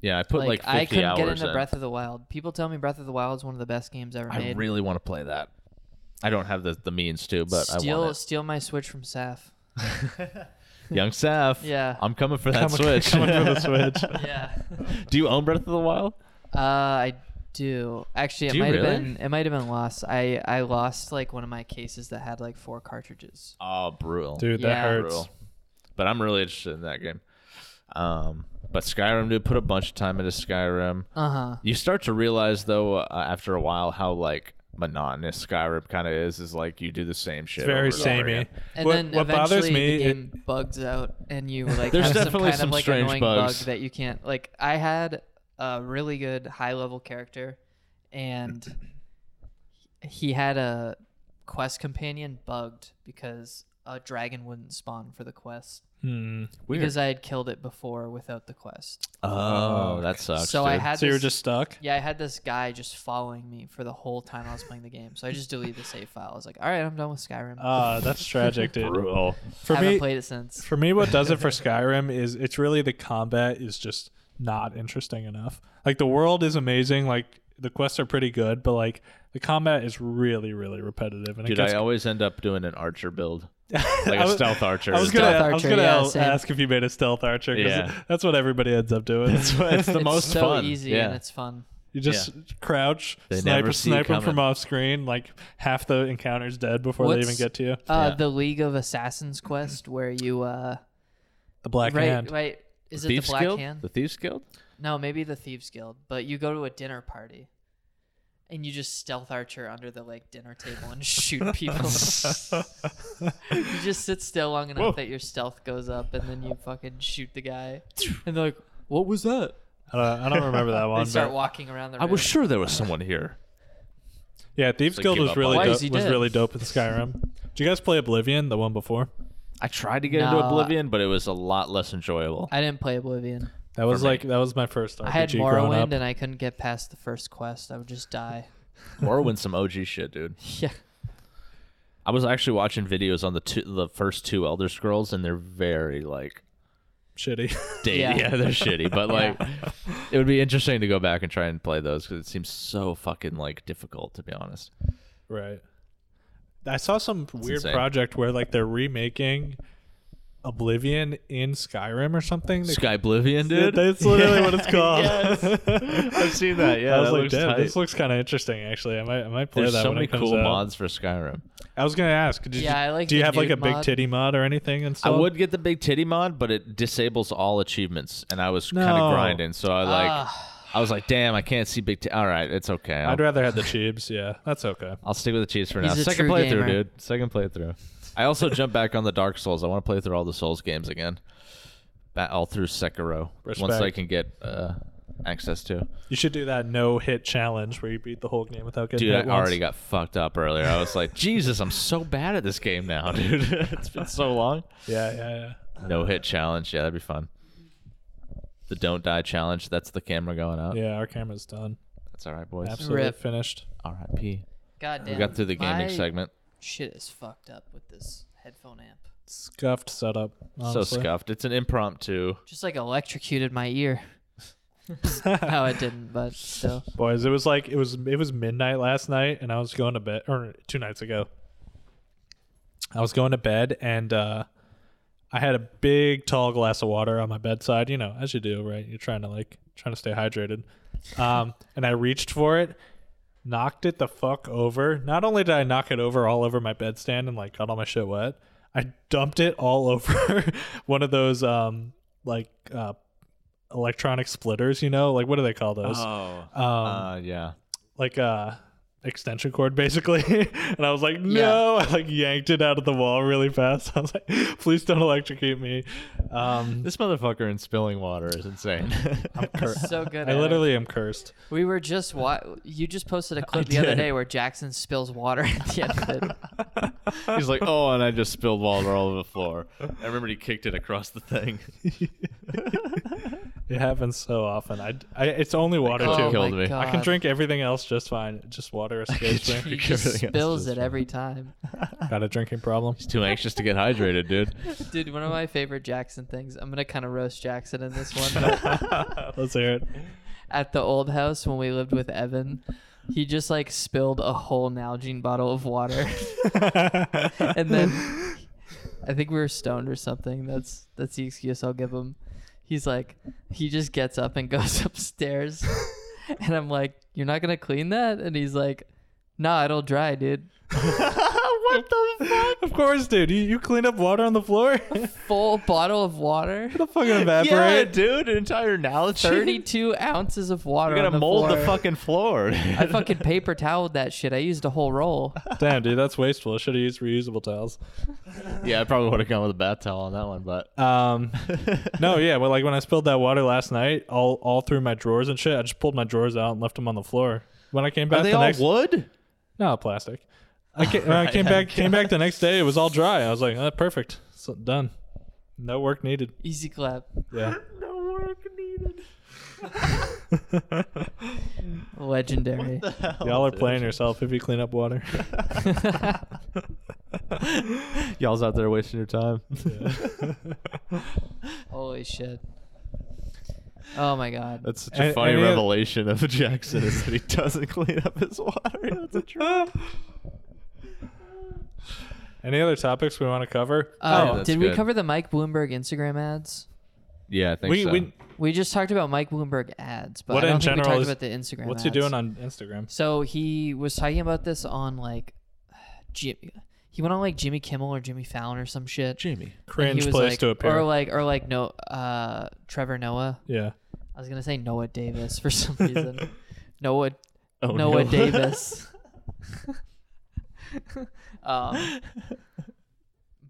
Speaker 1: yeah. I put like,
Speaker 2: I
Speaker 1: 50
Speaker 2: couldn't
Speaker 1: hours
Speaker 2: get into
Speaker 1: in.
Speaker 2: Breath of the Wild. People tell me Breath of the Wild is one of the best games ever
Speaker 1: I
Speaker 2: made.
Speaker 1: really want to play that. I don't have the, the means to, but I
Speaker 2: steal
Speaker 1: want
Speaker 2: steal my Switch from Saf.
Speaker 1: it. Young Saf.
Speaker 2: *laughs* Yeah.
Speaker 1: I'm coming *laughs* for that
Speaker 3: Coming-
Speaker 1: Switch.
Speaker 3: coming
Speaker 1: *laughs*
Speaker 3: for the Switch.
Speaker 2: Yeah.
Speaker 1: Do you own Breath of the Wild?
Speaker 2: *laughs* Uh, I do. Actually, it
Speaker 1: Do you
Speaker 2: might
Speaker 1: really?
Speaker 2: have been it might have been lost. I I lost like one of my cases that had like four cartridges.
Speaker 1: Oh, brutal.
Speaker 3: Dude,
Speaker 2: Yeah.
Speaker 3: that hurts.
Speaker 1: brutal. But I'm really interested in that game. Um, but Skyrim, dude, put a bunch of time into Skyrim.
Speaker 2: Uh huh.
Speaker 1: You start to realize though, uh, after a while, how like monotonous Skyrim kind of is. Is like you do the same shit.
Speaker 3: It's very
Speaker 1: over and over
Speaker 3: samey.
Speaker 1: again.
Speaker 2: And
Speaker 3: what
Speaker 2: then
Speaker 3: what
Speaker 2: eventually
Speaker 3: bothers me
Speaker 2: the
Speaker 3: it-
Speaker 2: game bugs out, and
Speaker 1: *laughs*
Speaker 2: you like
Speaker 1: There's
Speaker 2: have some
Speaker 1: definitely
Speaker 2: kind
Speaker 1: some
Speaker 2: of like
Speaker 1: strange
Speaker 2: annoying
Speaker 1: bugs.
Speaker 2: bug that you can't like. I had a really good high level character, and he had a quest companion bugged because a dragon wouldn't spawn for the quest
Speaker 3: Hmm.
Speaker 1: Weird.
Speaker 2: because I had killed it before without the quest.
Speaker 1: Oh, that sucks.
Speaker 2: so I
Speaker 1: dude.
Speaker 2: had
Speaker 3: So you were
Speaker 2: this-
Speaker 3: just stuck?
Speaker 2: Yeah, I had this guy just following me for the whole time I was playing the game. So I just deleted the save file. I was like, all right, I'm done with Skyrim.
Speaker 3: Ah, that's tragic, dude.
Speaker 1: brutal.
Speaker 3: For
Speaker 2: haven't
Speaker 3: me
Speaker 2: played it since.
Speaker 3: for me what
Speaker 2: *laughs*
Speaker 3: does it for Skyrim is it's really the combat is just not interesting enough. Like the world is amazing, like the quests are pretty good, but like the combat is really, really repetitive and
Speaker 1: Dude,
Speaker 3: it gets
Speaker 1: I always end up doing an archer *laughs* build,
Speaker 3: I
Speaker 1: like a
Speaker 3: was-
Speaker 1: stealth archer.
Speaker 3: I was
Speaker 1: It's
Speaker 3: gonna,
Speaker 1: like-
Speaker 2: Stealth
Speaker 3: I was
Speaker 2: archer,
Speaker 3: gonna
Speaker 2: yeah,
Speaker 3: al-
Speaker 2: same.
Speaker 3: ask if you made a stealth archer because
Speaker 1: Yeah.
Speaker 3: that's what everybody ends up doing.
Speaker 1: it's the
Speaker 2: it's
Speaker 1: most
Speaker 2: so
Speaker 1: fun.
Speaker 2: easy
Speaker 1: yeah.
Speaker 2: and it's fun.
Speaker 3: you just crouch,
Speaker 1: They
Speaker 3: sniper,
Speaker 1: never see you
Speaker 3: snipe them from
Speaker 1: coming.
Speaker 3: off screen. Like half the encounter's dead before they
Speaker 2: What's-
Speaker 3: even get to you.
Speaker 2: Uh,
Speaker 1: Yeah.
Speaker 2: The League of Assassins quest, where you uh,
Speaker 3: The black
Speaker 2: right, *laughs*
Speaker 3: hand. *laughs*
Speaker 2: right, is it
Speaker 1: Thieves
Speaker 2: the Black
Speaker 1: Guild?
Speaker 2: Hand?
Speaker 1: The Thieves Guild?
Speaker 2: No, maybe the Thieves Guild. But you go to a dinner party, and you just stealth archer under the like dinner table and *laughs* shoot
Speaker 1: *laughs*
Speaker 2: people. You just sit still long enough
Speaker 1: Whoa.
Speaker 2: that your stealth goes up, and then you fucking shoot the guy. And they're like, "What was that?"
Speaker 3: I, don't, I don't remember
Speaker 2: *laughs*
Speaker 3: that
Speaker 2: They
Speaker 3: one.
Speaker 2: start
Speaker 3: but-
Speaker 2: walking around the
Speaker 1: I
Speaker 2: room.
Speaker 1: was sure there was someone here.
Speaker 3: yeah, Thieves
Speaker 1: They
Speaker 3: Guild
Speaker 1: give
Speaker 3: was
Speaker 1: up
Speaker 3: really
Speaker 1: on it.
Speaker 2: Why
Speaker 3: dope,
Speaker 2: is he
Speaker 3: was
Speaker 2: dead?
Speaker 3: really dope
Speaker 2: *laughs*
Speaker 3: in Skyrim. Did you guys play Oblivion, the one before?
Speaker 1: I tried to get into
Speaker 2: No,
Speaker 1: Oblivion, but it was a lot less enjoyable. *laughs*
Speaker 2: I didn't play Oblivion.
Speaker 3: That was
Speaker 1: me.
Speaker 3: like that was my first RPG
Speaker 2: I had
Speaker 3: growing up.
Speaker 2: Morrowind, and I couldn't get past the first quest. I would just
Speaker 1: *laughs*
Speaker 2: die.
Speaker 1: Morrowind, some OG shit, dude.
Speaker 2: Yeah.
Speaker 1: I was actually watching videos on the two, the first two Elder Scrolls, and they're very like
Speaker 3: Shitty. *laughs*
Speaker 1: dated.
Speaker 2: Yeah.
Speaker 1: *laughs* Yeah, they're shitty, but like it would be interesting to go back and try and play those because it seems so fucking like difficult to be honest.
Speaker 3: Right. I saw some weird
Speaker 1: insane.
Speaker 3: project where like they're remaking Oblivion in Skyrim or something. They-
Speaker 1: Sky Oblivion, dude. *laughs*
Speaker 3: That's literally
Speaker 2: *laughs*
Speaker 3: what it's called. *laughs*
Speaker 1: I've seen that. Yeah,
Speaker 3: I was
Speaker 1: that
Speaker 3: like,
Speaker 1: looks
Speaker 3: damn,
Speaker 1: tight.
Speaker 3: this looks kind of interesting. Actually, I might, I might play
Speaker 1: There's
Speaker 3: that.
Speaker 1: so
Speaker 3: when
Speaker 1: many
Speaker 3: it comes
Speaker 1: cool
Speaker 3: out.
Speaker 1: mods for Skyrim.
Speaker 3: I was gonna ask. Did
Speaker 2: Yeah,
Speaker 3: you,
Speaker 2: I like
Speaker 3: Do you
Speaker 2: the
Speaker 3: have like
Speaker 2: nude
Speaker 3: a big
Speaker 2: mod.
Speaker 3: titty mod or anything
Speaker 1: I
Speaker 3: installed?
Speaker 1: would get the big titty mod, but it disables all achievements, and I was kind
Speaker 3: No.
Speaker 1: of grinding. So I like,
Speaker 2: Ah,
Speaker 1: I was like, damn, I can't see big. T- all right, it's okay. I'll,
Speaker 3: I'd rather have the cheebs. Yeah, that's okay.
Speaker 1: I'll stick with the Chiefs for
Speaker 2: He's
Speaker 1: now.
Speaker 2: a
Speaker 1: Second
Speaker 2: true
Speaker 1: playthrough,
Speaker 2: gamer.
Speaker 1: dude. Second playthrough. I also jumped back on the Dark Souls. I want to play through all the Souls games again, Ba- all through Sekiro. Once I
Speaker 3: Respect.
Speaker 1: can get uh, access to.
Speaker 3: You should do that no hit challenge where you beat the whole game without getting
Speaker 1: Dude, I
Speaker 3: hit once.
Speaker 1: already got fucked up earlier. I was *laughs* like, Jesus, I'm so bad at this game now, *laughs* dude. it's been so long.
Speaker 3: Yeah, yeah,
Speaker 1: No hit challenge. Yeah, that'd be fun. The don't die challenge. That's the camera going out.
Speaker 3: yeah. Yeah, our camera's done.
Speaker 1: That's all right, boys.
Speaker 3: Absolutely
Speaker 2: Rip.
Speaker 3: finished.
Speaker 1: R.I.P.
Speaker 2: God damn.
Speaker 1: We got through the gaming
Speaker 2: my
Speaker 1: segment.
Speaker 2: Shit is fucked up with this headphone amp.
Speaker 3: Scuffed setup.
Speaker 1: So
Speaker 3: honestly.
Speaker 1: scuffed. It's an impromptu.
Speaker 2: Just like electrocuted my
Speaker 3: *laughs*
Speaker 2: ear. no, it didn't, but still.
Speaker 3: Boys, it was like it was it was midnight last night, and I was going to bed, or two nights ago. I was going to bed, and uh, I had a big, tall glass of water on my bedside. You know, as you do, right? You're trying to like trying to stay hydrated. Um, *laughs* and I reached for it, knocked it the fuck over. Not only did I knock it over all over my bedstand and like got all my shit wet, I dumped it all *laughs* over one of those um like uh electronic splitters. You know, like what do they call those?
Speaker 1: Oh.
Speaker 3: um,
Speaker 1: Uh, yeah.
Speaker 3: like a extension cord basically *laughs* and i was like no *laughs* i like yanked it out of the wall really fast *laughs* i was like please don't electrocute me um
Speaker 1: This motherfucker in spilling water is insane. *laughs*
Speaker 3: I'm cur-
Speaker 2: So good.
Speaker 3: i
Speaker 2: at it.
Speaker 3: literally am cursed *laughs*
Speaker 2: We were just wa- you just posted a clip the other
Speaker 1: did.
Speaker 2: day where Jackson spills water *laughs* at the end
Speaker 1: *laughs*
Speaker 2: of it.
Speaker 1: *laughs* He's like, oh, and I just spilled water all over the floor. I remember he kicked it across the *laughs* thing.
Speaker 3: it happens so often i, I it's only water
Speaker 1: Oh
Speaker 3: too
Speaker 1: killed
Speaker 2: my
Speaker 1: me.
Speaker 3: i can
Speaker 2: God.
Speaker 3: drink everything else just fine
Speaker 1: *laughs*
Speaker 3: just water escapes me
Speaker 2: He just
Speaker 1: Everything else
Speaker 2: spills
Speaker 1: is
Speaker 2: it every time.
Speaker 3: got a
Speaker 1: *laughs*
Speaker 3: drinking problem *laughs*
Speaker 1: He's too anxious to get hydrated, dude.
Speaker 2: *laughs*
Speaker 1: *laughs*
Speaker 2: Dude, one of my favorite Jackson things. I'm gonna kind of roast Jackson in
Speaker 3: *laughs*
Speaker 2: this one.
Speaker 3: let's hear it
Speaker 2: at the old house when we lived with Evan, he just like spilled a whole Nalgene bottle of water, *laughs* and then I think we were stoned or something. That's that's the excuse I'll give him. He's like, he just gets up and *laughs* goes upstairs, and I'm like, "You're not gonna clean that?" And he's like, "Nah, it'll dry, dude."
Speaker 3: what the fuck of course dude you, you cleaned up water on
Speaker 1: *laughs*
Speaker 3: the floor
Speaker 2: Full bottle of water,
Speaker 3: it'll fucking evaporate
Speaker 1: dude, an entire knowledge.
Speaker 2: 32 ounces of water.
Speaker 1: You're
Speaker 2: on
Speaker 1: gonna
Speaker 2: the
Speaker 1: mold the
Speaker 2: floor.
Speaker 1: fucking floor.
Speaker 2: I fucking paper toweled that shit. I used a whole roll.
Speaker 3: damn dude that's wasteful i should have used reusable towels
Speaker 1: *laughs* yeah, I probably would have gone with a bath towel on that one, but *laughs*
Speaker 3: Um, no, yeah, but like when I spilled that water last night, all all through my drawers and shit, I just pulled my drawers out and left them on the floor. When I came back,
Speaker 1: are they
Speaker 3: the
Speaker 1: all
Speaker 3: next
Speaker 1: wood?
Speaker 3: no plastic. I came, when I came back, came back the next day, it was all dry. I was like, oh, perfect, so, done, no work needed.
Speaker 2: Easy clap.
Speaker 1: *laughs*
Speaker 3: Yeah,
Speaker 1: No work *laughs* needed.
Speaker 2: Legendary.
Speaker 3: y'all
Speaker 1: Oh,
Speaker 3: are playing yourself if you clean
Speaker 1: *laughs*
Speaker 3: up water.
Speaker 1: *laughs* Y'all's out there wasting your time.
Speaker 2: Holy shit. Oh my god.
Speaker 1: *laughs* That's such a
Speaker 3: A-
Speaker 1: funny
Speaker 3: any of-
Speaker 1: revelation of Jackson is
Speaker 3: *laughs*
Speaker 1: that he doesn't clean up his water. That's a trip.
Speaker 3: Any other topics we want to cover? Oh,
Speaker 1: Yeah,
Speaker 2: Uh,
Speaker 1: that's
Speaker 2: did we
Speaker 1: good.
Speaker 2: cover the Mike Bloomberg Instagram ads?
Speaker 1: *laughs* Yeah, I think
Speaker 3: we,
Speaker 1: so.
Speaker 3: we
Speaker 2: We just talked about Mike Bloomberg ads, but
Speaker 3: What
Speaker 2: I don't think
Speaker 3: in
Speaker 2: we
Speaker 3: general
Speaker 2: talked
Speaker 3: is-
Speaker 2: about the Instagram.
Speaker 3: what's he doing
Speaker 2: ads.
Speaker 3: on Instagram?
Speaker 2: So he was talking about this on like, *sighs* Jimmy. He went on like Jimmy Kimmel or Jimmy Fallon or some shit.
Speaker 1: Jamie.
Speaker 2: And he
Speaker 3: Cringe
Speaker 2: was
Speaker 3: place
Speaker 2: like-
Speaker 3: to appear.
Speaker 2: or like or like no, uh, Trevor Noah.
Speaker 3: yeah,
Speaker 2: I was gonna say Noah Davis for
Speaker 3: *laughs*
Speaker 2: some reason. Noah
Speaker 1: Oh,
Speaker 2: Noah Davis. *laughs* um,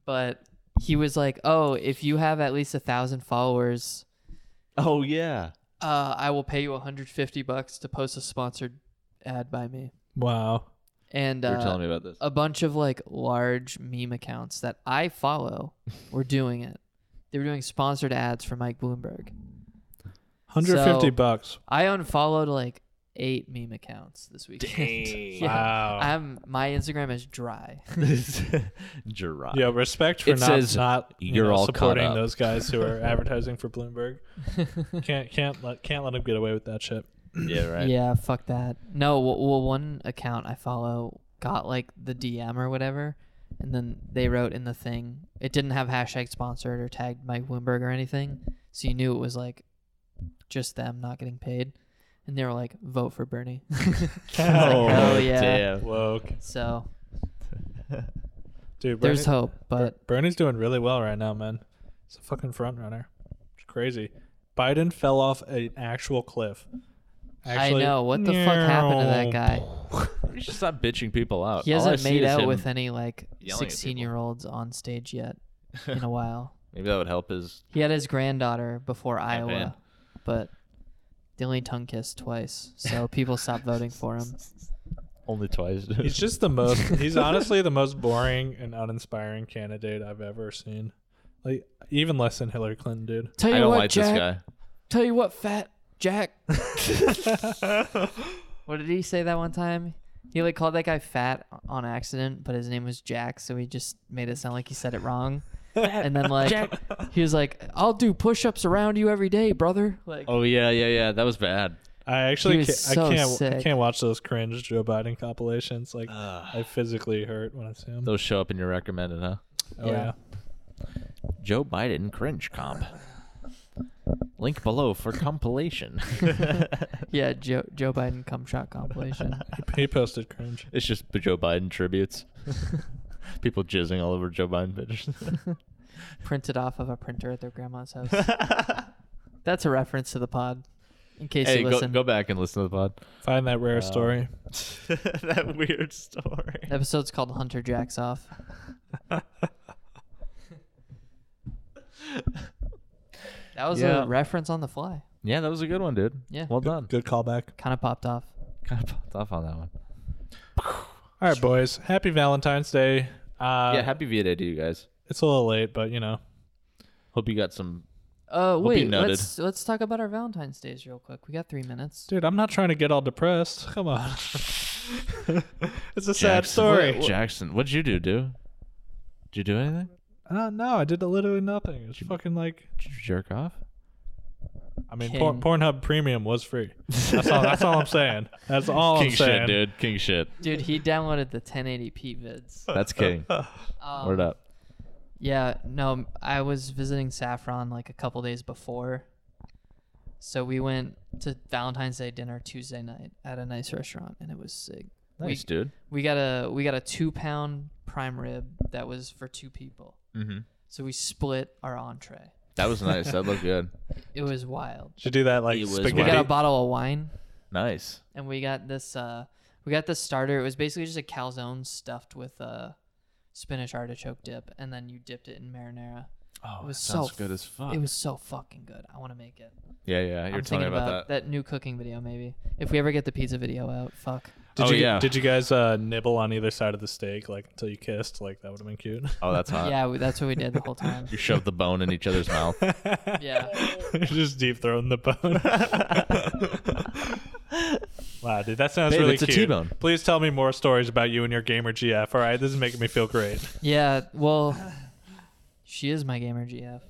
Speaker 2: but he was like, "Oh, if you have at least a thousand followers,
Speaker 1: *laughs* Oh yeah.
Speaker 2: uh, I will pay you 150 bucks to post a sponsored ad by me."
Speaker 3: wow.
Speaker 2: And
Speaker 1: You were
Speaker 2: uh,
Speaker 1: telling me about this.
Speaker 2: a bunch of like large meme accounts that I
Speaker 1: *laughs*
Speaker 2: follow were doing it. They were doing sponsored ads for Mike Bloomberg.
Speaker 3: 150
Speaker 2: So-
Speaker 3: bucks.
Speaker 2: I unfollowed like eight meme accounts this weekend. *laughs* yeah.
Speaker 3: Wow.
Speaker 2: I'm my Instagram is dry.
Speaker 1: *laughs* Giraffe.
Speaker 3: Uh, Yeah, respect for
Speaker 1: It
Speaker 3: not
Speaker 1: says,
Speaker 3: not you
Speaker 1: "You're
Speaker 3: know,
Speaker 1: all caught
Speaker 3: supporting
Speaker 1: up."
Speaker 3: those guys who are advertising for Bloomberg. can't can't let can't let them get away with that shit.
Speaker 1: Yeah, right.
Speaker 2: Yeah, fuck that. No, well, well, one account I follow got like the DM or whatever, and then they wrote in the thing it didn't have hashtag sponsored or tagged Mike Bloomberg or anything, so you knew it was like just them not getting paid, and they were like, "Vote for *laughs* Bernie."
Speaker 3: Oh,
Speaker 2: hell yeah.
Speaker 1: damn.
Speaker 3: Woke,
Speaker 2: so
Speaker 3: dude.
Speaker 2: there's
Speaker 3: Bernie-
Speaker 2: hope, but
Speaker 3: Bernie's doing really well right now, man. He's a fucking front runner. It's crazy. Biden fell off an actual cliff.
Speaker 2: I know what the fuck happened to that
Speaker 3: No.
Speaker 2: guy.
Speaker 1: You should stop bitching people out.
Speaker 2: He
Speaker 1: All I
Speaker 2: hasn't
Speaker 1: see
Speaker 2: made
Speaker 1: is
Speaker 2: out
Speaker 1: him-
Speaker 2: with any like
Speaker 1: yelling at
Speaker 2: sixteen year olds on stage yet in a
Speaker 1: *laughs*
Speaker 2: while.
Speaker 1: Maybe that would help his
Speaker 2: He had his granddaughter before Iowa,
Speaker 1: man.
Speaker 2: but they only tongue kissed twice, *laughs* so people stopped voting for him.
Speaker 1: only twice.
Speaker 3: *laughs* He's just the most. He's honestly the most boring and uninspiring candidate I've ever seen. Like even less than Hillary Clinton, dude.
Speaker 2: Tell
Speaker 1: *laughs* I
Speaker 2: you
Speaker 1: don't
Speaker 2: what,
Speaker 1: like
Speaker 2: Jack.
Speaker 1: this guy.
Speaker 2: Tell you what, fat Jack. *laughs* what did he say that one time? He like called that guy fat on accident, but his name was Jack, so he just made it sound like he said it wrong. And then like he was like, "I'll do push-ups around you every day, brother." Like
Speaker 1: Oh yeah, yeah, yeah. That was bad.
Speaker 3: I
Speaker 2: He
Speaker 3: actually
Speaker 2: was
Speaker 3: can't,
Speaker 2: so
Speaker 3: I can't I
Speaker 2: sick.
Speaker 3: can't watch those cringe Joe Biden compilations. Like I physically hurt when I see him.
Speaker 1: Those show up in your recommended, huh?
Speaker 3: oh
Speaker 2: yeah.
Speaker 3: yeah.
Speaker 1: Joe Biden cringe comp. Link below for compilation.
Speaker 2: yeah, Joe Joe Biden cum shot compilation.
Speaker 3: He- he posted cringe.
Speaker 1: it's just the Joe Biden tributes. *laughs* People jizzing all over Joe Biden pictures.
Speaker 2: printed off of a printer at their grandma's house. *laughs* That's a reference to the pod. In case
Speaker 1: hey,
Speaker 2: you
Speaker 1: go,
Speaker 2: listen,
Speaker 1: go back and listen to the pod.
Speaker 3: Find that
Speaker 1: Oh.
Speaker 3: rare story.
Speaker 1: that weird story.
Speaker 2: episode's called Hunter Jacks Off. That was
Speaker 1: Yeah.
Speaker 2: a reference on the fly.
Speaker 1: Yeah, that was a good one, dude.
Speaker 2: Yeah.
Speaker 1: Well done.
Speaker 3: Good callback.
Speaker 2: Kind of popped off.
Speaker 1: Kind of popped off on that one.
Speaker 3: All right, boys. Happy Valentine's Day. Uh,
Speaker 1: yeah, happy V Day to you guys.
Speaker 3: it's a little late, but you know.
Speaker 1: Hope you got some.
Speaker 2: Uh,
Speaker 1: you
Speaker 2: wait,
Speaker 1: noted.
Speaker 2: let's let's talk about our Valentine's days real quick. We got three minutes.
Speaker 3: Dude, I'm not trying to get all depressed. Come on. *laughs* it's a sad
Speaker 1: Jackson.
Speaker 3: story.
Speaker 1: Jackson, what'd you do, dude? Did you do anything?
Speaker 3: Uh, no, I did literally nothing. It's fucking like
Speaker 1: Did you jerk off?
Speaker 3: I mean, por-
Speaker 2: King.
Speaker 3: Pornhub Premium was free. That's all. That's all I'm saying. That's all
Speaker 1: King
Speaker 3: I'm
Speaker 1: shit,
Speaker 3: saying,
Speaker 1: dude. King shit.
Speaker 2: Dude, he downloaded the 1080p vids.
Speaker 1: That's
Speaker 3: *laughs*
Speaker 1: king.
Speaker 2: Um,
Speaker 1: Word up.
Speaker 2: Yeah, no, I was visiting Saffron like a couple days before. So we went to Valentine's Day dinner Tuesday night at a nice restaurant and it was sick.
Speaker 1: Nice, dude.
Speaker 2: We got a we got a two pound prime rib that was for two people.
Speaker 1: Mhm.
Speaker 2: So we split our entree.
Speaker 1: That was nice. that looked good.
Speaker 2: It was wild.
Speaker 3: Should do that like
Speaker 1: It was
Speaker 2: We got a
Speaker 3: spaghetti.
Speaker 1: wild.
Speaker 2: bottle of wine
Speaker 1: Nice.
Speaker 2: and we got this uh we got this starter. It was basically just a calzone stuffed with uh spinach artichoke dip and then you dipped it in marinara.
Speaker 1: Oh,
Speaker 2: It was
Speaker 1: that sounds
Speaker 2: so-
Speaker 1: good as fuck.
Speaker 2: It was so fucking good. I want to make it.
Speaker 1: yeah, yeah. You're
Speaker 2: I'm
Speaker 1: telling
Speaker 2: thinking
Speaker 1: me about, that.
Speaker 2: new cooking video maybe. If we ever get the pizza video out, fuck.
Speaker 3: Did
Speaker 1: Oh,
Speaker 3: you
Speaker 1: yeah.
Speaker 3: did you guys uh, nibble on either side of the steak like until you kissed? Like that would have been cute. *laughs*
Speaker 1: Oh, that's hot.
Speaker 2: yeah, we, that's what we did the whole
Speaker 1: *laughs*
Speaker 2: time.
Speaker 1: You shoved the bone in each
Speaker 2: *laughs*
Speaker 1: other's mouth.
Speaker 2: Yeah.
Speaker 3: Just deep throwing the bone. wow, dude, that sounds
Speaker 1: Babe,
Speaker 3: really
Speaker 1: it's a
Speaker 3: cute.
Speaker 1: T-bone.
Speaker 3: Please tell me more stories about you and your gamer GF. All right, this is making me feel great.
Speaker 2: Yeah, well, she is my gamer GF.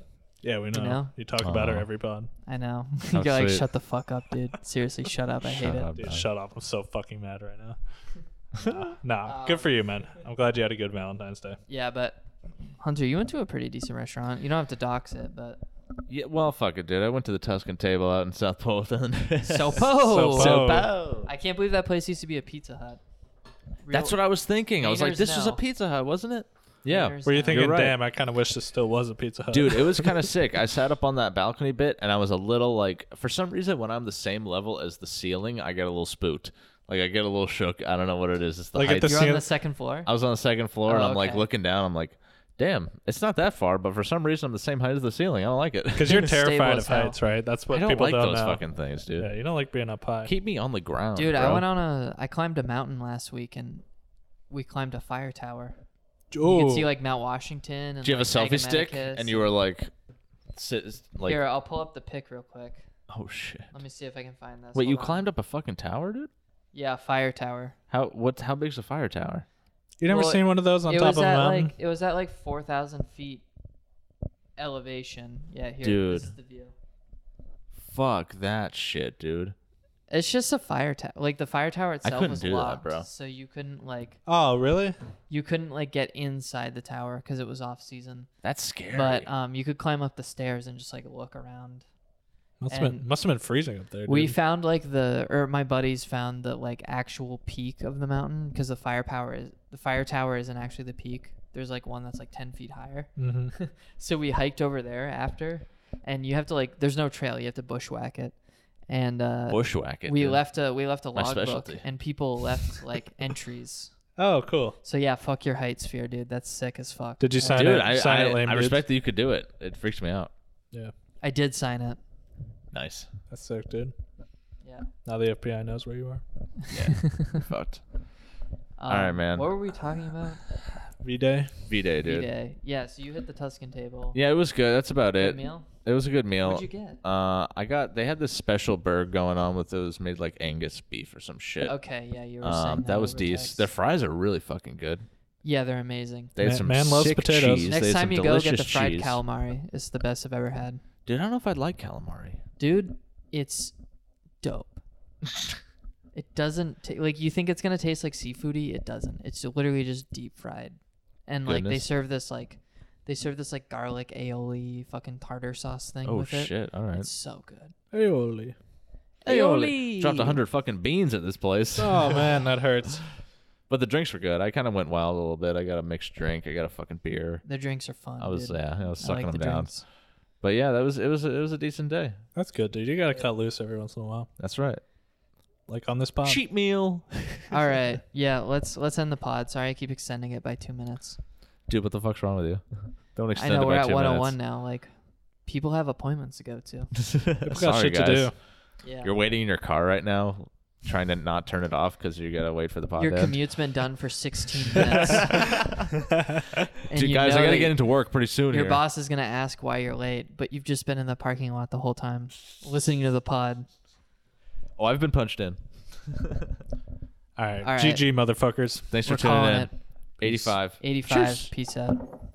Speaker 3: Yeah, we know.
Speaker 2: know?
Speaker 3: You, talk about her
Speaker 1: Aw.
Speaker 3: every pod.
Speaker 2: I know. *laughs*
Speaker 1: How
Speaker 2: You're like,
Speaker 1: Oh, sweet.
Speaker 2: shut the fuck up, dude. Seriously, shut up. I hate
Speaker 1: Shut
Speaker 2: it.
Speaker 1: up,
Speaker 3: Dude,
Speaker 1: man.
Speaker 3: shut up. I'm so fucking mad right now. nah, nah, good for you, man. I'm glad you had a good Valentine's Day.
Speaker 2: Yeah, but Hunter, you went to a pretty decent restaurant. You don't have to dox it,
Speaker 1: *laughs*
Speaker 2: but
Speaker 1: Yeah, well, fuck it, dude. I went to the Tuscan table out in South Fulton.
Speaker 2: Sopo.
Speaker 1: *laughs*
Speaker 3: Sopo.
Speaker 2: I can't believe that place used to be a Pizza Hut.
Speaker 1: That's what I was thinking. I was like,
Speaker 2: Haters
Speaker 1: this was a
Speaker 2: know.
Speaker 1: Pizza Hut, wasn't it? Yeah.
Speaker 2: Haters
Speaker 3: Were you
Speaker 2: You're
Speaker 3: thinking,
Speaker 1: right.
Speaker 3: damn, I kind of wish this still was a Pizza Hut?
Speaker 1: Dude, it
Speaker 3: *laughs*
Speaker 2: *laughs*
Speaker 1: was kind of sick. I sat up on that balcony bit and I was a little like, for some reason, when I'm the same level as the ceiling, I get a little spooked. Like, I get a little shook. I don't know what it is. It's the
Speaker 3: Like at
Speaker 1: height.
Speaker 3: the
Speaker 2: You're on
Speaker 3: Seen-
Speaker 2: the second floor.
Speaker 1: I was on the second floor and
Speaker 2: Oh,
Speaker 1: I'm like
Speaker 2: okay.
Speaker 1: looking down. I'm like, damn, it's not that far, but for some reason, I'm the same height as the ceiling. I don't
Speaker 3: *laughs*
Speaker 1: like it.
Speaker 3: Because you're
Speaker 2: Stable
Speaker 3: terrified
Speaker 2: as
Speaker 3: of
Speaker 2: hell.
Speaker 3: heights, right? That's
Speaker 1: *laughs* I
Speaker 3: what
Speaker 1: don't
Speaker 3: people
Speaker 1: like
Speaker 3: don't
Speaker 1: those
Speaker 3: know.
Speaker 1: fucking things, dude.
Speaker 3: yeah, you don't like being up high.
Speaker 1: Keep me on the ground.
Speaker 2: Dude, I
Speaker 1: bro.
Speaker 2: went on a. I climbed a mountain last week and we climbed a fire tower. You
Speaker 3: Ooh.
Speaker 2: could see like Mount Washington. And,
Speaker 1: Do you have
Speaker 2: like,
Speaker 1: a selfie stick?
Speaker 2: Agamaticus.
Speaker 1: And you were like, sit, like,
Speaker 2: here. I'll pull up the pic real quick.
Speaker 1: oh shit.
Speaker 2: Let me see if I can find this.
Speaker 1: Wait,
Speaker 2: Hold
Speaker 1: you
Speaker 2: on.
Speaker 1: climbed up a fucking tower, dude?
Speaker 2: Yeah, fire tower.
Speaker 1: How what? How big's a fire tower?
Speaker 3: you never
Speaker 2: well,
Speaker 3: seen one of those on
Speaker 2: it
Speaker 3: top
Speaker 2: was
Speaker 3: of a
Speaker 2: at
Speaker 3: mountain?
Speaker 2: like it was at like four thousand feet elevation. Yeah, here.
Speaker 1: Dude.
Speaker 2: This is the view.
Speaker 1: Fuck that shit, dude.
Speaker 2: It's just a fire tower. Like the fire tower itself
Speaker 1: couldn't
Speaker 2: was
Speaker 1: do that,
Speaker 2: locked,
Speaker 1: bro.
Speaker 2: so you couldn't like
Speaker 3: oh, really?
Speaker 2: you couldn't like get inside the tower because it was off season.
Speaker 1: That's scary.
Speaker 2: But um, you could climb up the stairs and just like look around.
Speaker 3: Must have been
Speaker 2: And-
Speaker 3: must have been freezing up there. Dude.
Speaker 2: We found like the or my buddies found the like actual peak of the mountain because the firepower is the fire tower isn't actually the peak. There's like one that's like ten feet higher.
Speaker 3: Mhm.
Speaker 2: *laughs* So we hiked over there after, and you have to like there's no trail. You have to bushwhack it, and uh,
Speaker 1: Bushwhacking.
Speaker 2: we
Speaker 1: dude.
Speaker 2: left a we left a
Speaker 1: My
Speaker 2: logbook
Speaker 1: specialty.
Speaker 2: and people left
Speaker 1: *laughs*
Speaker 2: like entries.
Speaker 3: Oh, cool.
Speaker 2: So yeah, fuck your height sphere, dude. That's sick as fuck.
Speaker 3: Did you sign
Speaker 1: Dude,
Speaker 3: it?
Speaker 1: I,
Speaker 3: sign
Speaker 1: I,
Speaker 3: it, lame
Speaker 1: I
Speaker 3: dude?
Speaker 1: respect that you could do it. It freaks me out.
Speaker 3: Yeah,
Speaker 2: I did sign it. *laughs* Um,
Speaker 1: Nice.
Speaker 3: that's sick, dude.
Speaker 2: Yeah.
Speaker 3: Now the FBI knows where you are.
Speaker 1: Yeah. Fucked. right, man.
Speaker 2: What were we talking about?
Speaker 3: V Day.
Speaker 1: V Day, dude.
Speaker 2: V-Day. Yeah, so you hit the Tuscan table.
Speaker 1: Yeah, it was good. That's about
Speaker 2: Good
Speaker 1: it.
Speaker 2: meal?
Speaker 1: It was a good meal.
Speaker 2: What'd you get?
Speaker 1: Uh, I got. They had this special bird going on with those made like Angus beef or some shit.
Speaker 2: Okay, yeah, you were saying
Speaker 1: Um,
Speaker 2: that,
Speaker 1: that was
Speaker 2: over
Speaker 1: decent.
Speaker 2: text.
Speaker 1: Their fries are really fucking good.
Speaker 2: yeah, they're amazing.
Speaker 1: They had
Speaker 3: Man-
Speaker 1: some
Speaker 3: man loves
Speaker 1: sick
Speaker 3: potatoes.
Speaker 1: cheese. they
Speaker 2: Next
Speaker 1: had
Speaker 2: time
Speaker 1: some
Speaker 2: you go, get the
Speaker 1: delicious
Speaker 2: fried
Speaker 1: cheese.
Speaker 2: calamari. It's the best I've ever had,
Speaker 1: Dude, I don't know if I'd like calamari.
Speaker 2: dude. It's
Speaker 1: *laughs*
Speaker 2: dope. it doesn't ta- like you think it's gonna taste like seafoody. It doesn't. It's literally just deep fried, and like they
Speaker 1: Goodness.
Speaker 2: serve this like they serve this like garlic aioli fucking tartar sauce thing
Speaker 1: Oh
Speaker 2: with it.
Speaker 1: shit! All right.
Speaker 2: It's so good.
Speaker 3: Aioli.
Speaker 2: Aioli.
Speaker 1: Dropped hundred fucking beans at this place.
Speaker 2: *laughs*
Speaker 3: Oh man, that hurts.
Speaker 1: *laughs* But the drinks were good. I kind of went wild a little bit. I got a mixed drink. I got a fucking beer.
Speaker 2: The drinks are fun.
Speaker 1: I was
Speaker 2: dude.
Speaker 1: yeah, I was
Speaker 2: I
Speaker 1: sucking
Speaker 2: like
Speaker 1: them
Speaker 2: the
Speaker 1: down.
Speaker 2: drinks.
Speaker 1: But yeah, that was it was it was a decent day.
Speaker 3: That's good, dude. You gotta cut loose every once in a while,
Speaker 1: That's right.
Speaker 3: like on this pod.
Speaker 1: Cheap meal.
Speaker 2: All right, yeah. Let's let's end the pod. Sorry, I keep extending it by two minutes.
Speaker 1: Dude, what the fuck's wrong
Speaker 3: *laughs*
Speaker 1: with you? Don't
Speaker 2: I
Speaker 1: extend
Speaker 2: know
Speaker 1: it
Speaker 2: we're
Speaker 1: by
Speaker 2: at
Speaker 1: two
Speaker 2: 101 now. Like, people have appointments to go
Speaker 1: *laughs*
Speaker 2: to.
Speaker 1: minutes.
Speaker 3: We've got
Speaker 1: Sorry,
Speaker 3: shit
Speaker 1: guys.
Speaker 3: to do.
Speaker 2: Yeah,
Speaker 1: You're waiting in your car right now, trying to not turn it off because you gotta wait for the podcast.
Speaker 2: your commute's been done for
Speaker 1: *laughs*
Speaker 2: 16 minutes. and
Speaker 1: Dude,
Speaker 2: you
Speaker 1: guys,
Speaker 2: know
Speaker 1: I gotta
Speaker 2: that
Speaker 1: get into work pretty soon.
Speaker 2: Your
Speaker 1: here.
Speaker 2: boss is gonna ask why you're late, but you've just been in the parking lot the whole time, listening to the pod.
Speaker 1: Oh, I've been punched in.
Speaker 3: All right.
Speaker 2: All right.
Speaker 3: GG, motherfuckers.
Speaker 1: Thanks
Speaker 2: We're
Speaker 1: for tuning
Speaker 2: calling
Speaker 1: in.
Speaker 2: it.
Speaker 1: 85.
Speaker 2: 85.
Speaker 1: Cheers.
Speaker 2: Peace out.